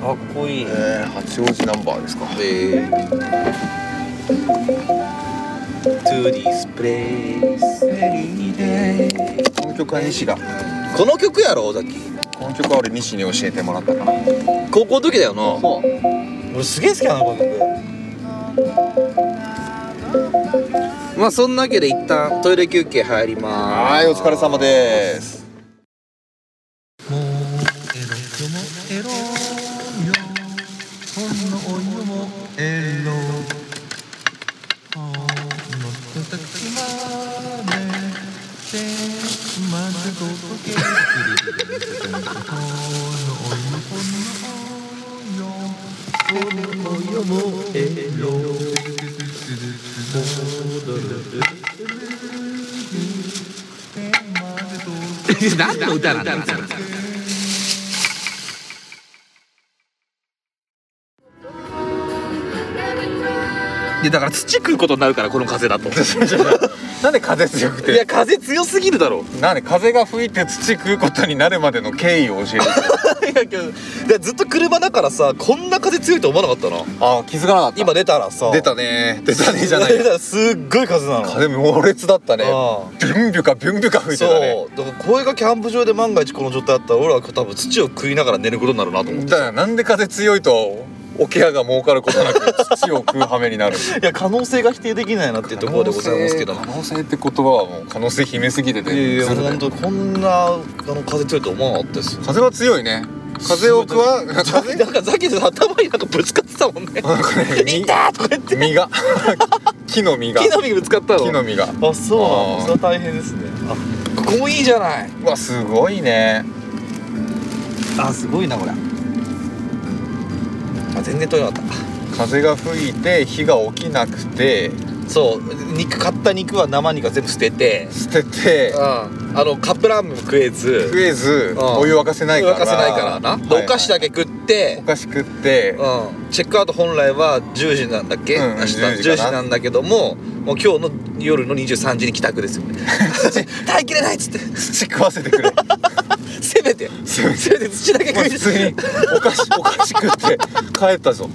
[SPEAKER 3] かっこいいね
[SPEAKER 2] えー、八王子ナンバーですか
[SPEAKER 3] えー To this place
[SPEAKER 2] この曲は西だ
[SPEAKER 3] この曲やろさっき
[SPEAKER 2] この曲は俺西に教えてもらったから
[SPEAKER 3] 高校の時だよな
[SPEAKER 2] そう
[SPEAKER 3] 俺すげえ好きなのこの曲まあそんなわけで一旦トイレ休憩入りま
[SPEAKER 2] はいお疲れ様です
[SPEAKER 3] すもうエロくもエロよ
[SPEAKER 4] 本のお湯もエロほんのたたきまでてまずごぼけほんのお湯ほんのお湯ほんのお湯もエロ
[SPEAKER 3] 何の歌 なんだろうでだから土食うことになるからこの風だと
[SPEAKER 2] なんで風強く
[SPEAKER 3] い
[SPEAKER 2] て
[SPEAKER 3] や風強すぎるだ ろ
[SPEAKER 2] なんで風が吹いて土食うことになるまでの経緯を教えて
[SPEAKER 3] いやけどいやずっと車だからさこんな風強いと思わなかったな
[SPEAKER 2] あ気づかなかった
[SPEAKER 3] 今出たらさ
[SPEAKER 2] 出たね出たねじゃない
[SPEAKER 3] 出たらすっごい風なの
[SPEAKER 2] 風猛烈だったね
[SPEAKER 3] あ
[SPEAKER 2] ビュンビュカビュンビュカ吹いてたね
[SPEAKER 3] そうだからこれがキャンプ場で万が一この状態あったら俺は多分土を食いながら寝ることになるなと思って
[SPEAKER 2] だからなんで風強いとおケアが儲かることなく 土を食う羽目になる
[SPEAKER 3] いや可能性が否定できないなっていうところでございますけども
[SPEAKER 2] 可能性って言葉はもう可能性秘めすぎてて
[SPEAKER 3] いやいや
[SPEAKER 2] ずるだよ
[SPEAKER 3] 本当こんなあの風強いと思わなかった ですよ
[SPEAKER 2] 風は強いね風を食わ風
[SPEAKER 3] なんかザキさん頭になんかぶつかってたもん ね
[SPEAKER 2] なんかね
[SPEAKER 3] 痛ーとか言って
[SPEAKER 2] 実が 木の実が
[SPEAKER 3] 木の実にぶつかったの
[SPEAKER 2] 木の実が
[SPEAKER 3] あそうな
[SPEAKER 2] あー
[SPEAKER 3] のそれは大変ですねあここもいいじゃないう
[SPEAKER 2] わすごいね
[SPEAKER 3] あすごいなこれあ全然取れなかっ
[SPEAKER 2] 風が吹いて火が起きなくて
[SPEAKER 3] たそう肉買った肉は生肉は全部捨てて
[SPEAKER 2] 捨てて
[SPEAKER 3] あのカップラーメンも食えず
[SPEAKER 2] 食えず
[SPEAKER 3] ああ
[SPEAKER 2] お湯沸かせないから
[SPEAKER 3] 沸かせないからな、で
[SPEAKER 2] はい
[SPEAKER 3] お菓子だけ食って
[SPEAKER 2] お、菓子食って
[SPEAKER 3] うん、チェックアウト本来は10時なんだっけ、
[SPEAKER 2] うんうん
[SPEAKER 3] 明日
[SPEAKER 2] 10
[SPEAKER 3] 10
[SPEAKER 2] 時
[SPEAKER 3] 時
[SPEAKER 2] かな
[SPEAKER 3] なんだけどももう今日の夜の23時に帰宅です よね耐えきれないっつって
[SPEAKER 2] 土食わせてく れ
[SPEAKER 3] せめて
[SPEAKER 2] せめて
[SPEAKER 3] せめて土だけ
[SPEAKER 2] もう
[SPEAKER 3] 食い
[SPEAKER 2] 普通にお菓子お菓子食って帰ったぞ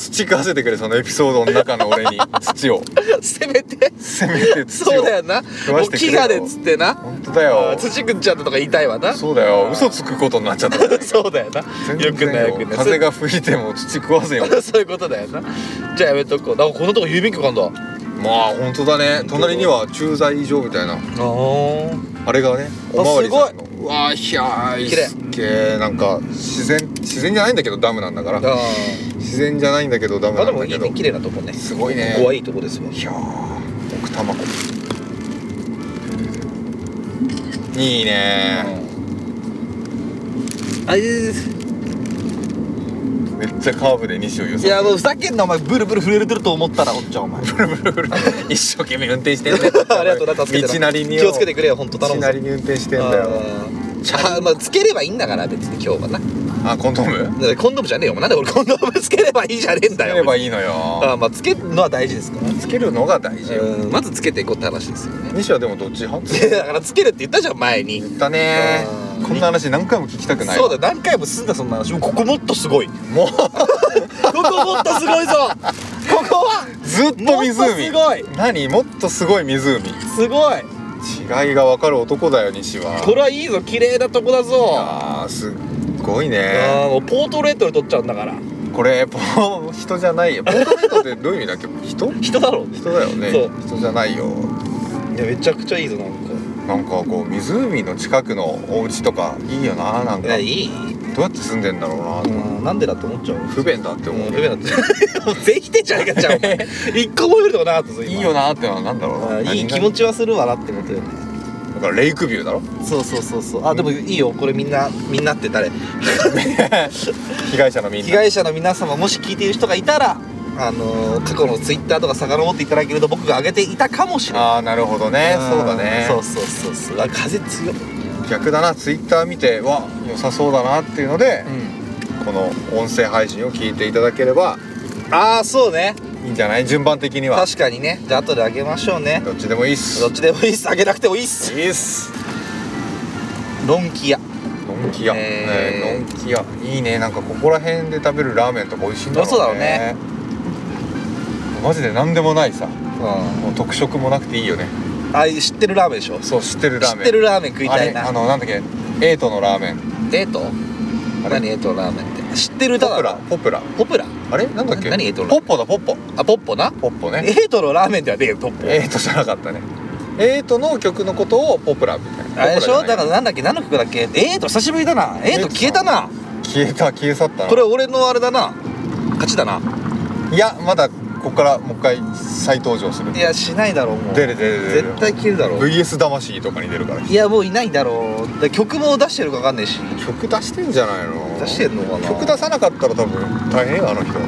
[SPEAKER 2] 土食わせてくれそのエピソードの中の俺に土を
[SPEAKER 3] せめて
[SPEAKER 2] せめて土を
[SPEAKER 3] そうだよな
[SPEAKER 2] わ
[SPEAKER 3] も
[SPEAKER 2] せ
[SPEAKER 3] う
[SPEAKER 2] てく
[SPEAKER 3] 飢
[SPEAKER 2] れよ
[SPEAKER 3] 餓でっつってな
[SPEAKER 2] 本当だ
[SPEAKER 3] あ
[SPEAKER 2] よ
[SPEAKER 3] ー土食っちゃったとか言いたいわな
[SPEAKER 2] そうだよ嘘つくことになっちゃった
[SPEAKER 3] そうだよな
[SPEAKER 2] 全 然
[SPEAKER 3] よくないよくない
[SPEAKER 2] 風が吹いても土食わせよ
[SPEAKER 3] そういうことだよなじゃあやめとこうなんかこのとこ郵便局あんだあ
[SPEAKER 2] まあ本当だね隣には駐在以上みたいな
[SPEAKER 3] あ
[SPEAKER 2] あれがね
[SPEAKER 3] あ
[SPEAKER 2] おまわりさんのうわーひゃーい
[SPEAKER 3] 綺麗
[SPEAKER 2] すっげえなんか自然自然じゃないんだけどダムなんだから
[SPEAKER 3] あ
[SPEAKER 2] 自然じゃないんだけどダム
[SPEAKER 3] あ
[SPEAKER 2] な
[SPEAKER 3] で
[SPEAKER 2] ん
[SPEAKER 3] も
[SPEAKER 2] だ
[SPEAKER 3] い
[SPEAKER 2] け
[SPEAKER 3] い
[SPEAKER 2] ど
[SPEAKER 3] ね綺麗なとこね
[SPEAKER 2] すごいね
[SPEAKER 3] ここはいいとこですよ
[SPEAKER 2] ひゃー奥多摩湖いいね
[SPEAKER 3] あいい
[SPEAKER 2] めっちゃカーブで西を揺さ
[SPEAKER 3] やもうふざけんなお前ブルブル震えてると思ったらおっちゃんお 前
[SPEAKER 2] 一生懸命運転してんだよ
[SPEAKER 3] ありがとうな助けて
[SPEAKER 2] 道なりによ
[SPEAKER 3] 気をつけてくれよ本当頼む
[SPEAKER 2] 道な
[SPEAKER 3] ぞ
[SPEAKER 2] りに運転してんだ
[SPEAKER 3] あ
[SPEAKER 2] よ
[SPEAKER 3] ーあまあつければいいんだから別に今日はなだ
[SPEAKER 2] あコンドーム
[SPEAKER 3] からコンドームじゃねえよお前なんで俺コンドームつければいいじゃねえん
[SPEAKER 2] つ
[SPEAKER 3] だ
[SPEAKER 2] け
[SPEAKER 3] よ
[SPEAKER 2] ればいいのよ
[SPEAKER 3] あーまあつけるのは大事ですから
[SPEAKER 2] つけるのが大事よ
[SPEAKER 3] うんまずつけていこうって話ですよね
[SPEAKER 2] 西はでもどっち派
[SPEAKER 3] だからつけるって言ったじゃん前に
[SPEAKER 2] 言ったね
[SPEAKER 3] うん
[SPEAKER 2] こんな話何回も聞きたくないわ
[SPEAKER 3] そうだ何回も済んだそんな話ここもっとすごいこ
[SPEAKER 2] もう
[SPEAKER 3] こもっとすごい ぞここは
[SPEAKER 2] ずっと
[SPEAKER 3] もっと
[SPEAKER 2] 湖
[SPEAKER 3] すごい
[SPEAKER 2] 何もっとすごい湖
[SPEAKER 3] すごい
[SPEAKER 2] 違いが分かる男だよ西は
[SPEAKER 3] これはいいぞ綺麗なとこだぞ
[SPEAKER 2] あーすっごいね
[SPEAKER 3] あーもうポートレートで撮っちゃうんだから
[SPEAKER 2] これポー人じゃないよポートレートってどういう意味だっけ人
[SPEAKER 3] 人だろう
[SPEAKER 2] 人だよね
[SPEAKER 3] そう
[SPEAKER 2] 人じゃないよ
[SPEAKER 3] いやめちゃくちゃいいぞなんか
[SPEAKER 2] なんかこう湖の近くのお家とかいいよななん
[SPEAKER 3] い
[SPEAKER 2] かど
[SPEAKER 3] や
[SPEAKER 2] う
[SPEAKER 3] いい
[SPEAKER 2] やって住んでんだろうな
[SPEAKER 3] うんなんでだって思っちゃう
[SPEAKER 2] 不便だって思
[SPEAKER 3] も
[SPEAKER 2] う
[SPEAKER 3] う不便だってもう全否定じゃねえかじゃあお前一個も言るとこなかったぞ今
[SPEAKER 2] いいよなってのはなんだろう
[SPEAKER 3] あ
[SPEAKER 2] な
[SPEAKER 3] ーいい
[SPEAKER 2] 何々
[SPEAKER 3] 気持ちはするわなってことよね
[SPEAKER 2] だからレイクビューだろ
[SPEAKER 3] そうそうそうそうあでもいいよこれみんなみんなって 誰
[SPEAKER 2] 被害者のみん
[SPEAKER 3] 被
[SPEAKER 2] な
[SPEAKER 3] 害者の皆様もし聞いている人がいたらあのー過去のツイッターとか遡っていただけると僕が上げていたかもしれない
[SPEAKER 2] ああなるほどね
[SPEAKER 3] ん
[SPEAKER 2] そうだね
[SPEAKER 3] そうそうそうそうあ風強い、
[SPEAKER 2] 逆だなツイッター見てわ良さそうだなっていうので、この音声配信を聞いていただければ
[SPEAKER 3] ああそうね
[SPEAKER 2] いいんじゃない順番的には
[SPEAKER 3] 確かにねじゃあ後であげましょうね
[SPEAKER 2] どっちでもいいっす
[SPEAKER 3] どっちでもいいっすあげなくてもいいっす
[SPEAKER 2] いいっす
[SPEAKER 3] ロンキア
[SPEAKER 2] のんき屋
[SPEAKER 3] えー
[SPEAKER 2] ねのんき屋いいねなんかここら辺で食べるラーメンとか美味しいんだろうね
[SPEAKER 3] そうだろうね
[SPEAKER 2] マジで何でもないさ
[SPEAKER 3] う
[SPEAKER 2] も
[SPEAKER 3] ん
[SPEAKER 2] う特色もなくていいよね
[SPEAKER 3] ああいう知ってるラーメンでしょ知
[SPEAKER 2] そう知ってるラーメン
[SPEAKER 3] ってるラーメン食いたい
[SPEAKER 2] あれ
[SPEAKER 3] な
[SPEAKER 2] あのなんだっけエイトのラーメン
[SPEAKER 3] デート
[SPEAKER 2] あれ
[SPEAKER 3] 何エイトラーメンって知ってる
[SPEAKER 2] ポ
[SPEAKER 3] 歌だ
[SPEAKER 2] プラポプラ
[SPEAKER 3] ポプラ
[SPEAKER 2] あれなんだっけ
[SPEAKER 3] な何エイトの
[SPEAKER 2] ポッポだポッポ
[SPEAKER 3] あポッポな
[SPEAKER 2] ポッポね
[SPEAKER 3] エイトのラーメンではねえよポッポ
[SPEAKER 2] エイトじゃなかったねエイトの曲のことをポプラみたいな
[SPEAKER 3] あれでしょ
[SPEAKER 2] ポプじ
[SPEAKER 3] だ
[SPEAKER 2] ゃ
[SPEAKER 3] か
[SPEAKER 2] ない
[SPEAKER 3] らなんだっけ何の曲だっけエイト久しぶりだなエイト消えたな
[SPEAKER 2] 消えた消え去ったな
[SPEAKER 3] これ俺のあれだな勝ちだない
[SPEAKER 2] やまだこっからもう一回再登場する
[SPEAKER 3] いやしないだろうもう
[SPEAKER 2] 出る出る出る
[SPEAKER 3] 絶対消えるだろう
[SPEAKER 2] VS 魂とかに出るから
[SPEAKER 3] いやもういないだろうだ曲も出してるか分かんないし
[SPEAKER 2] 曲出してんじゃないの
[SPEAKER 3] 出してんのかな
[SPEAKER 2] 曲出さなかったら多分大変よあの人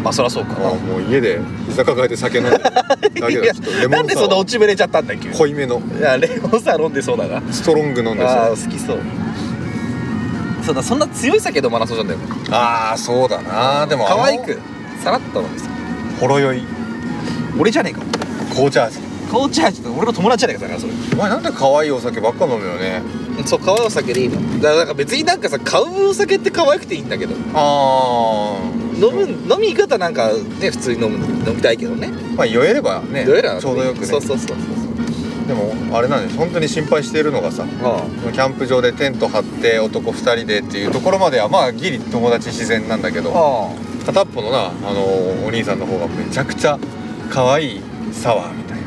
[SPEAKER 3] まあそりゃそうか
[SPEAKER 2] ああもう家で居酒屋で酒飲んでるだけ だ
[SPEAKER 3] い
[SPEAKER 2] ちょ
[SPEAKER 3] や
[SPEAKER 2] っとレモ
[SPEAKER 3] なん
[SPEAKER 2] ン
[SPEAKER 3] で
[SPEAKER 2] サ
[SPEAKER 3] そんな
[SPEAKER 2] ワ
[SPEAKER 3] 落ちぶれちゃったんだっけ
[SPEAKER 2] ー濃いめの
[SPEAKER 3] いやレモンサワー飲んでそうだな
[SPEAKER 2] ストロング飲んで
[SPEAKER 3] ああ
[SPEAKER 2] さ
[SPEAKER 3] 好きそうそうだそんな強い酒飲まなそうじゃんだよ
[SPEAKER 2] ああそうだなでも
[SPEAKER 3] 可愛くさらっと飲んです
[SPEAKER 2] ほろ酔い
[SPEAKER 3] 俺じゃねえか
[SPEAKER 2] 紅茶味
[SPEAKER 3] 紅茶味って俺の友達じゃねえかだからそれ
[SPEAKER 2] お前なんで可愛いお酒ばっか飲むよね
[SPEAKER 3] そう可愛いお酒でいいのだからなんか別になんかさ買うお酒って可愛くていいんだけど
[SPEAKER 2] ああ
[SPEAKER 3] 飲む飲み方なんかね普通に飲む飲みたいけどね
[SPEAKER 2] まあ酔えればね
[SPEAKER 3] どうやら
[SPEAKER 2] ちょうどよくね
[SPEAKER 3] そうそうそうそう
[SPEAKER 2] でもあれなんです本当に心配しているのがさ
[SPEAKER 3] ああ
[SPEAKER 2] キャンプ場でテント張って男2人でっていうところまではまあギリ友達自然なんだけど
[SPEAKER 3] あ
[SPEAKER 2] 片っぽのな、あのーお兄さんの方がめちゃくちゃ可愛いサワーみたいな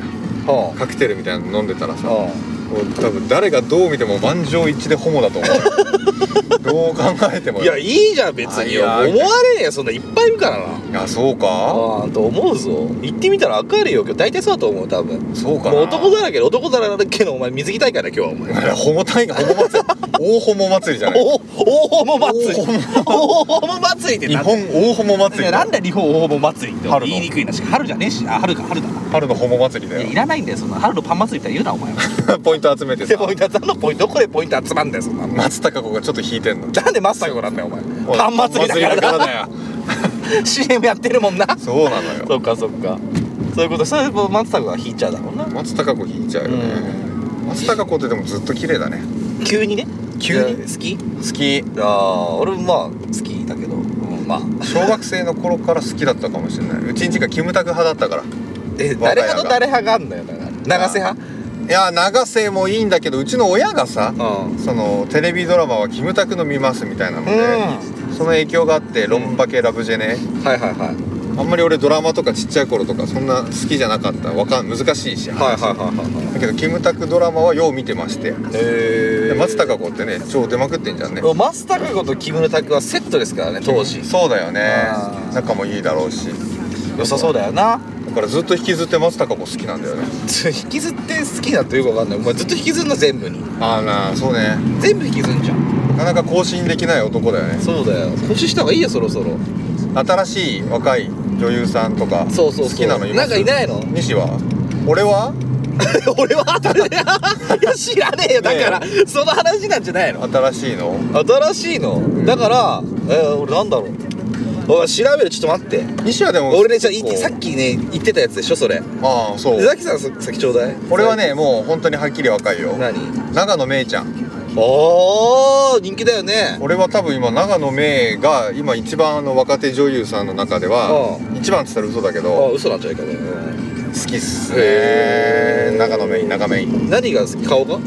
[SPEAKER 3] あは
[SPEAKER 2] カクテルみたいなの飲んでたら
[SPEAKER 3] あ
[SPEAKER 2] さ
[SPEAKER 3] は
[SPEAKER 2] もう多分誰がどう見ても満場一致でホモだと思 うどう考えても
[SPEAKER 3] あ
[SPEAKER 2] よ
[SPEAKER 3] いやいいじゃん別によ思
[SPEAKER 2] あ
[SPEAKER 3] わ
[SPEAKER 2] い
[SPEAKER 3] れ
[SPEAKER 2] や
[SPEAKER 3] ねえよそんないっぱいいるからない
[SPEAKER 2] やそうか
[SPEAKER 3] ああと思うぞ行ってみたら分かるよ今日大体そうだと思う多分
[SPEAKER 2] そうかな
[SPEAKER 3] もう男だらけで男だらけのお前水着大会だ今日はお前
[SPEAKER 2] あれホモ大会ホモ祭り大ホモ祭りじゃない
[SPEAKER 3] おお大ホモ祭り大ホモ祭りって
[SPEAKER 2] 日
[SPEAKER 3] なんだ
[SPEAKER 2] 本大ホモ
[SPEAKER 3] い
[SPEAKER 2] 祭り
[SPEAKER 3] や
[SPEAKER 2] だ
[SPEAKER 3] なんだ日本大ホモ祭りって
[SPEAKER 2] 春の
[SPEAKER 3] 言いにくいなし春じゃねえしあ春か春だな
[SPEAKER 2] 春のホモ祭りだ
[SPEAKER 3] いやい
[SPEAKER 2] よ
[SPEAKER 3] らないんだよそんな春のパン祭りみ たいに言うなお前は
[SPEAKER 2] ポイント集めて
[SPEAKER 3] で
[SPEAKER 2] さ
[SPEAKER 3] ポイント何のポイントどこでポイント集まんだよそんなの
[SPEAKER 2] 松たか子がちょっと引いてんの
[SPEAKER 3] なんでマスターがなんだよお前パン祭りだから
[SPEAKER 2] パ
[SPEAKER 3] な
[SPEAKER 2] ン祭りだからだよ
[SPEAKER 3] CM やってるもんな
[SPEAKER 2] そうなのよ
[SPEAKER 3] そっかそっかそういうことそういうことマスターが引いちゃうだろうな
[SPEAKER 2] 松たか子引いちゃうよね松たか子ってでもずっと綺麗だね
[SPEAKER 3] 急にね
[SPEAKER 2] 急に
[SPEAKER 3] いや好き
[SPEAKER 2] 好き
[SPEAKER 3] ああ俺もまあ好きだけど、うんまあ
[SPEAKER 2] 小学生の頃から好きだったかもしれないうちんちがキムタク派だったから
[SPEAKER 3] え
[SPEAKER 2] 我が
[SPEAKER 3] 誰
[SPEAKER 2] 家が
[SPEAKER 3] 派と誰派があんだよだから長瀬派
[SPEAKER 2] いや長瀬もいいんだけどうちの親がさ
[SPEAKER 3] うん
[SPEAKER 2] そのテレビドラマはキムタクの見ますみたいなのでその影響があって「ロンバケラブジェネ」
[SPEAKER 3] はいはいはい
[SPEAKER 2] あんまり俺ドラマとかちっちゃい頃とかそんな好きじゃなかったわかん難しいし、
[SPEAKER 3] はいはいはいはいはい
[SPEAKER 2] だけどキムタクドラマはよう見てまして、
[SPEAKER 3] え
[SPEAKER 2] で松た
[SPEAKER 3] か
[SPEAKER 2] か子ってね超出まくってんじゃんね
[SPEAKER 3] 松たか子と木村拓はセットですからね当時
[SPEAKER 2] そうだよね
[SPEAKER 3] あー
[SPEAKER 2] 仲もいいだろうし
[SPEAKER 3] 良さそうだよ な
[SPEAKER 2] だからずっと引きずって松たか子好きなんだよね
[SPEAKER 3] 引きずって好きだとよくわかんないお前ずっと引きずんの全部に
[SPEAKER 2] ああなあそうね
[SPEAKER 3] 全部引きずんじゃん
[SPEAKER 2] なかなか更新できない男だよね
[SPEAKER 3] そうだよ腰した方がいいよそろそろ
[SPEAKER 2] 新しい若い女優さんとか
[SPEAKER 3] そうそうそう
[SPEAKER 2] 好きなのいま
[SPEAKER 3] なん
[SPEAKER 2] す
[SPEAKER 3] かいないの
[SPEAKER 2] 西は俺は
[SPEAKER 3] 俺は誰だよ いや知らねえよだから、その話なんじゃないの
[SPEAKER 2] 新しいの
[SPEAKER 3] 新しいのだから、えー俺なんだろうおい調べるちょっと待って
[SPEAKER 2] 西はでも
[SPEAKER 3] 俺ねじゃあ
[SPEAKER 2] 結
[SPEAKER 3] 言っ
[SPEAKER 2] 構
[SPEAKER 3] てさっきね言ってたやつでしょそれ
[SPEAKER 2] ああそ
[SPEAKER 3] で
[SPEAKER 2] う
[SPEAKER 3] ザキさんさ先ちょうだい
[SPEAKER 2] 俺はねもう本当にはっきり若いよ
[SPEAKER 3] 何
[SPEAKER 2] 長野めいちゃん
[SPEAKER 3] ああ人気だよね
[SPEAKER 2] 俺は多分今長野めいが今一番あの若手女優さんの中では
[SPEAKER 3] う
[SPEAKER 2] 一番って言ったら嘘だけ
[SPEAKER 3] あ
[SPEAKER 2] ど
[SPEAKER 3] 嘘なんじゃないかね、
[SPEAKER 2] 好きっす
[SPEAKER 3] へ
[SPEAKER 2] ね
[SPEAKER 3] ー
[SPEAKER 2] 長野めい長めい
[SPEAKER 3] 何が好き顔が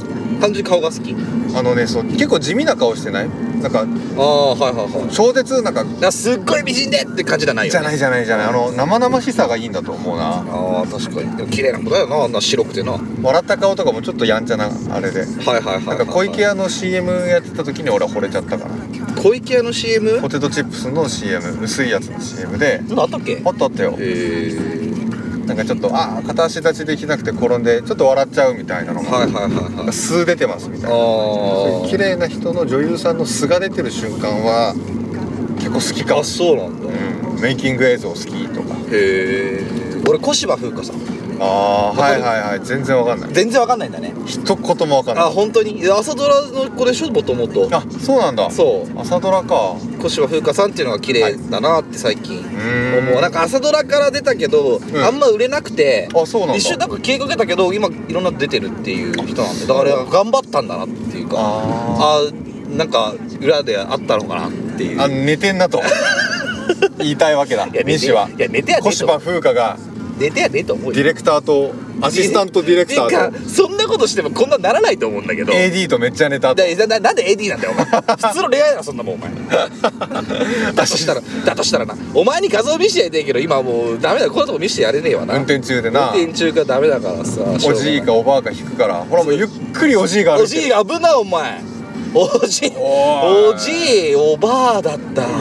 [SPEAKER 3] 単純に顔が好き
[SPEAKER 2] あのねそう結構地味な顔してないなんか
[SPEAKER 3] ああはいはいはい
[SPEAKER 2] 超絶なんか
[SPEAKER 3] なすっごい美人でって感じじゃないよ、ね、
[SPEAKER 2] じゃないじゃないじゃないあの生々しさがいいんだと思うな
[SPEAKER 3] ああ確かにでも綺麗な子だよなあんな白くてなはい
[SPEAKER 2] 笑った顔とかもちょっとやんちゃなあれで
[SPEAKER 3] はいはいはい、
[SPEAKER 2] なんか小池屋の CM やってた時に俺は惚れちゃったから
[SPEAKER 3] 小池屋の CM?
[SPEAKER 2] ポテトチップスの CM 薄いやつの CM で
[SPEAKER 3] そんなあったっけへ
[SPEAKER 2] あったあったよ
[SPEAKER 3] え
[SPEAKER 2] なんかちょっとあー片足立ちできなくて転んでちょっと笑っちゃうみたいなのが
[SPEAKER 3] はいはいはいはい
[SPEAKER 2] 素出てますみたいなそう
[SPEAKER 3] ああ
[SPEAKER 2] いう綺麗な人の女優さんの素が出てる瞬間は結構好きかも
[SPEAKER 3] あそうなんだへ
[SPEAKER 2] うん、メイキング映像好きとか
[SPEAKER 3] え俺小芝風花さん
[SPEAKER 2] ああはいはいはい全然わかんない
[SPEAKER 3] 全然わかんないんだね
[SPEAKER 2] 一言もわかんな
[SPEAKER 3] あ
[SPEAKER 2] い
[SPEAKER 3] 本当に朝ドラの子でしょもともと
[SPEAKER 2] あそうなんだ
[SPEAKER 3] そう
[SPEAKER 2] 朝ドラか
[SPEAKER 3] 小芝風花さんっていうのが綺麗だなって最近
[SPEAKER 2] ーん
[SPEAKER 3] 思うなんか朝ドラから出たけど、
[SPEAKER 2] ん
[SPEAKER 3] あんま売れなくて
[SPEAKER 2] あそうなんだ
[SPEAKER 3] 一瞬なんか消えかけたけど今いろんなの出てるっていう人なんでだから頑張ったんだなっていうか
[SPEAKER 2] あ
[SPEAKER 3] あーなんか裏であったのかなっていう
[SPEAKER 2] あ寝てんなと言いたいわけだ
[SPEAKER 3] いや寝て
[SPEAKER 2] 西はい
[SPEAKER 3] や寝てや寝て
[SPEAKER 2] 小芝風花が
[SPEAKER 3] 寝てやねえと思う
[SPEAKER 2] ディ
[SPEAKER 3] よ
[SPEAKER 2] レクターとアシスタントディレクタ
[SPEAKER 3] てい
[SPEAKER 2] ー
[SPEAKER 3] う
[SPEAKER 2] と
[SPEAKER 3] かそんなことしてもこんなんならないと思うんだけど
[SPEAKER 2] AD とめっちゃ寝 たと
[SPEAKER 3] だななんで AD なんだよお前普通の恋愛だそんなもんお 前だとしたらだとしたらなお前に画像見せてやりてえけど今もうダメだこのとこ見せてやれねえわな
[SPEAKER 2] 運転中で
[SPEAKER 3] 運
[SPEAKER 2] な
[SPEAKER 3] 転中がダメだからさ
[SPEAKER 2] おじいかおばあか引くからほらもうゆっくりおじいが
[SPEAKER 3] お
[SPEAKER 2] 歩いてる
[SPEAKER 3] じいが危ないお前おじい
[SPEAKER 2] お
[SPEAKER 3] おじいおばあだった
[SPEAKER 2] うわ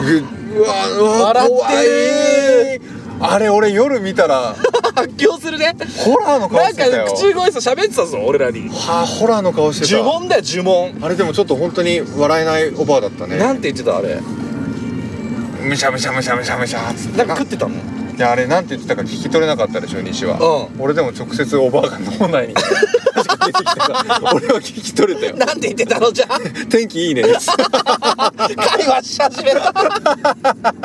[SPEAKER 2] うわ
[SPEAKER 3] 笑
[SPEAKER 2] 怖
[SPEAKER 3] って
[SPEAKER 2] いあれ俺夜見たら
[SPEAKER 3] 発狂するね
[SPEAKER 2] ホラーの顔
[SPEAKER 3] な
[SPEAKER 2] し
[SPEAKER 3] ん
[SPEAKER 2] て
[SPEAKER 3] か
[SPEAKER 2] たよ
[SPEAKER 3] 口声さ喋ってたぞ俺らに
[SPEAKER 2] はあホラーの顔してた
[SPEAKER 3] 呪文だよ呪文
[SPEAKER 2] あれでもちょっと本当に笑えないおばあだったね
[SPEAKER 3] なんて言ってたあれ
[SPEAKER 2] むしゃむしゃむしゃむしゃむしゃっつって
[SPEAKER 3] なんか食ってたの
[SPEAKER 2] いやあれなんて言ってたか聞き取れなかったでしょ西は、
[SPEAKER 3] う
[SPEAKER 2] 俺でも直接おばあが脳内 に確かに出てきてさ俺は聞き取れたよ
[SPEAKER 3] なんて言ってたのじゃあ
[SPEAKER 2] 天気いいねです
[SPEAKER 3] 会話し始めた何か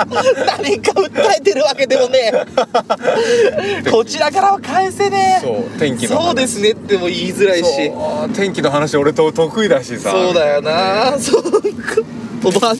[SPEAKER 3] 訴えてるわけでもねえこちらからは返せねえ
[SPEAKER 2] そう天気の話
[SPEAKER 3] そうですねっても言いづらいし
[SPEAKER 2] そう天気の話俺と得意だしさ
[SPEAKER 3] そうだよなそうおばあ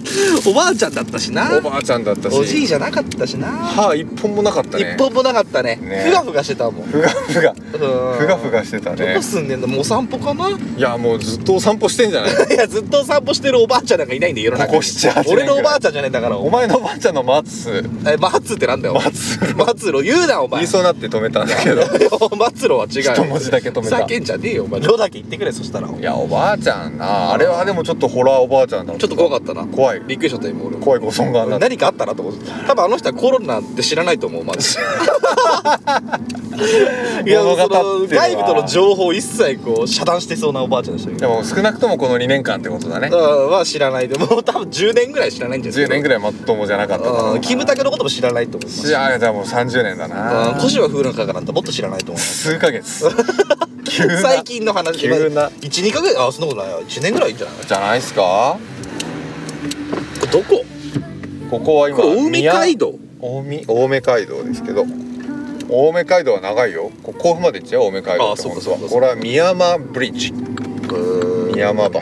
[SPEAKER 3] おばあちゃんだったしな
[SPEAKER 2] おばあちゃんだったし
[SPEAKER 3] おじいじゃなかったしな
[SPEAKER 2] 歯一本もなかったね
[SPEAKER 3] 一本もなかったね
[SPEAKER 2] ね
[SPEAKER 3] ふがふがしてたもん
[SPEAKER 2] ふがふが
[SPEAKER 3] ふ
[SPEAKER 2] ふがふがしてた
[SPEAKER 3] ど
[SPEAKER 2] ね
[SPEAKER 3] こ住んでんのもうお散歩かない
[SPEAKER 2] いやもうずっとお散歩してんじ ゃない
[SPEAKER 3] やずっとお散歩してるおばあちゃんなんかいないんだよ世の中に
[SPEAKER 2] ここ7 8年ぐらい
[SPEAKER 3] 俺のおばあちゃんじゃねえんだから
[SPEAKER 2] お
[SPEAKER 3] お
[SPEAKER 2] 前のおばあちゃんの松
[SPEAKER 3] 前えマッツってなんだよ
[SPEAKER 2] 松
[SPEAKER 3] マツロ言うなお
[SPEAKER 2] 言
[SPEAKER 3] 前
[SPEAKER 2] いそうになって止めたんだけ ど
[SPEAKER 3] マツロは違う
[SPEAKER 2] 一文字だけ止めた
[SPEAKER 3] 叫んじゃねえよお前ロだけ言ってくれそしたらちょ
[SPEAKER 2] いやおばあちゃんなあれはでもちょっとホラーおばあちゃんだ
[SPEAKER 3] っと怖かったな
[SPEAKER 2] 怖い
[SPEAKER 3] びっくりしちゃった今俺
[SPEAKER 2] 怖いご尊顔だった
[SPEAKER 3] 何かあったなと思って多分あの人はコロナって知らないと思うま ずいや
[SPEAKER 2] 物語
[SPEAKER 3] そ
[SPEAKER 2] ってるわ
[SPEAKER 3] の外部との情報を一切こう遮断してそうなおばあちゃんでしたけ
[SPEAKER 2] で
[SPEAKER 3] ど
[SPEAKER 2] も少なくともこの2年間ってことだね
[SPEAKER 3] うんは知らないでもう多分10年ぐらい知らないんじゃない
[SPEAKER 2] 10年ぐらいまともじゃなかったか
[SPEAKER 3] う
[SPEAKER 2] なん
[SPEAKER 3] キムタクのことも知らないと思います
[SPEAKER 2] いやじゃあもう30年だ
[SPEAKER 3] うん
[SPEAKER 2] な
[SPEAKER 3] 小芝風のかなんてもっと知らないと思う
[SPEAKER 2] 数 ヶ月急な
[SPEAKER 3] 最近の話
[SPEAKER 2] 急な
[SPEAKER 3] 12か月あそんなことないよ1年ぐらいじゃない
[SPEAKER 2] じゃないっすか
[SPEAKER 3] これどこ
[SPEAKER 2] ここは今
[SPEAKER 3] これ青海街
[SPEAKER 2] 道
[SPEAKER 3] 道
[SPEAKER 2] 青海青梅街道ですけど青梅街道は長いよこう甲府まで行っちゃうよ青梅街道って
[SPEAKER 3] あそうか
[SPEAKER 2] 本当
[SPEAKER 3] そうかそう
[SPEAKER 2] は
[SPEAKER 3] か
[SPEAKER 2] これは宮山ブリッジ宮山橋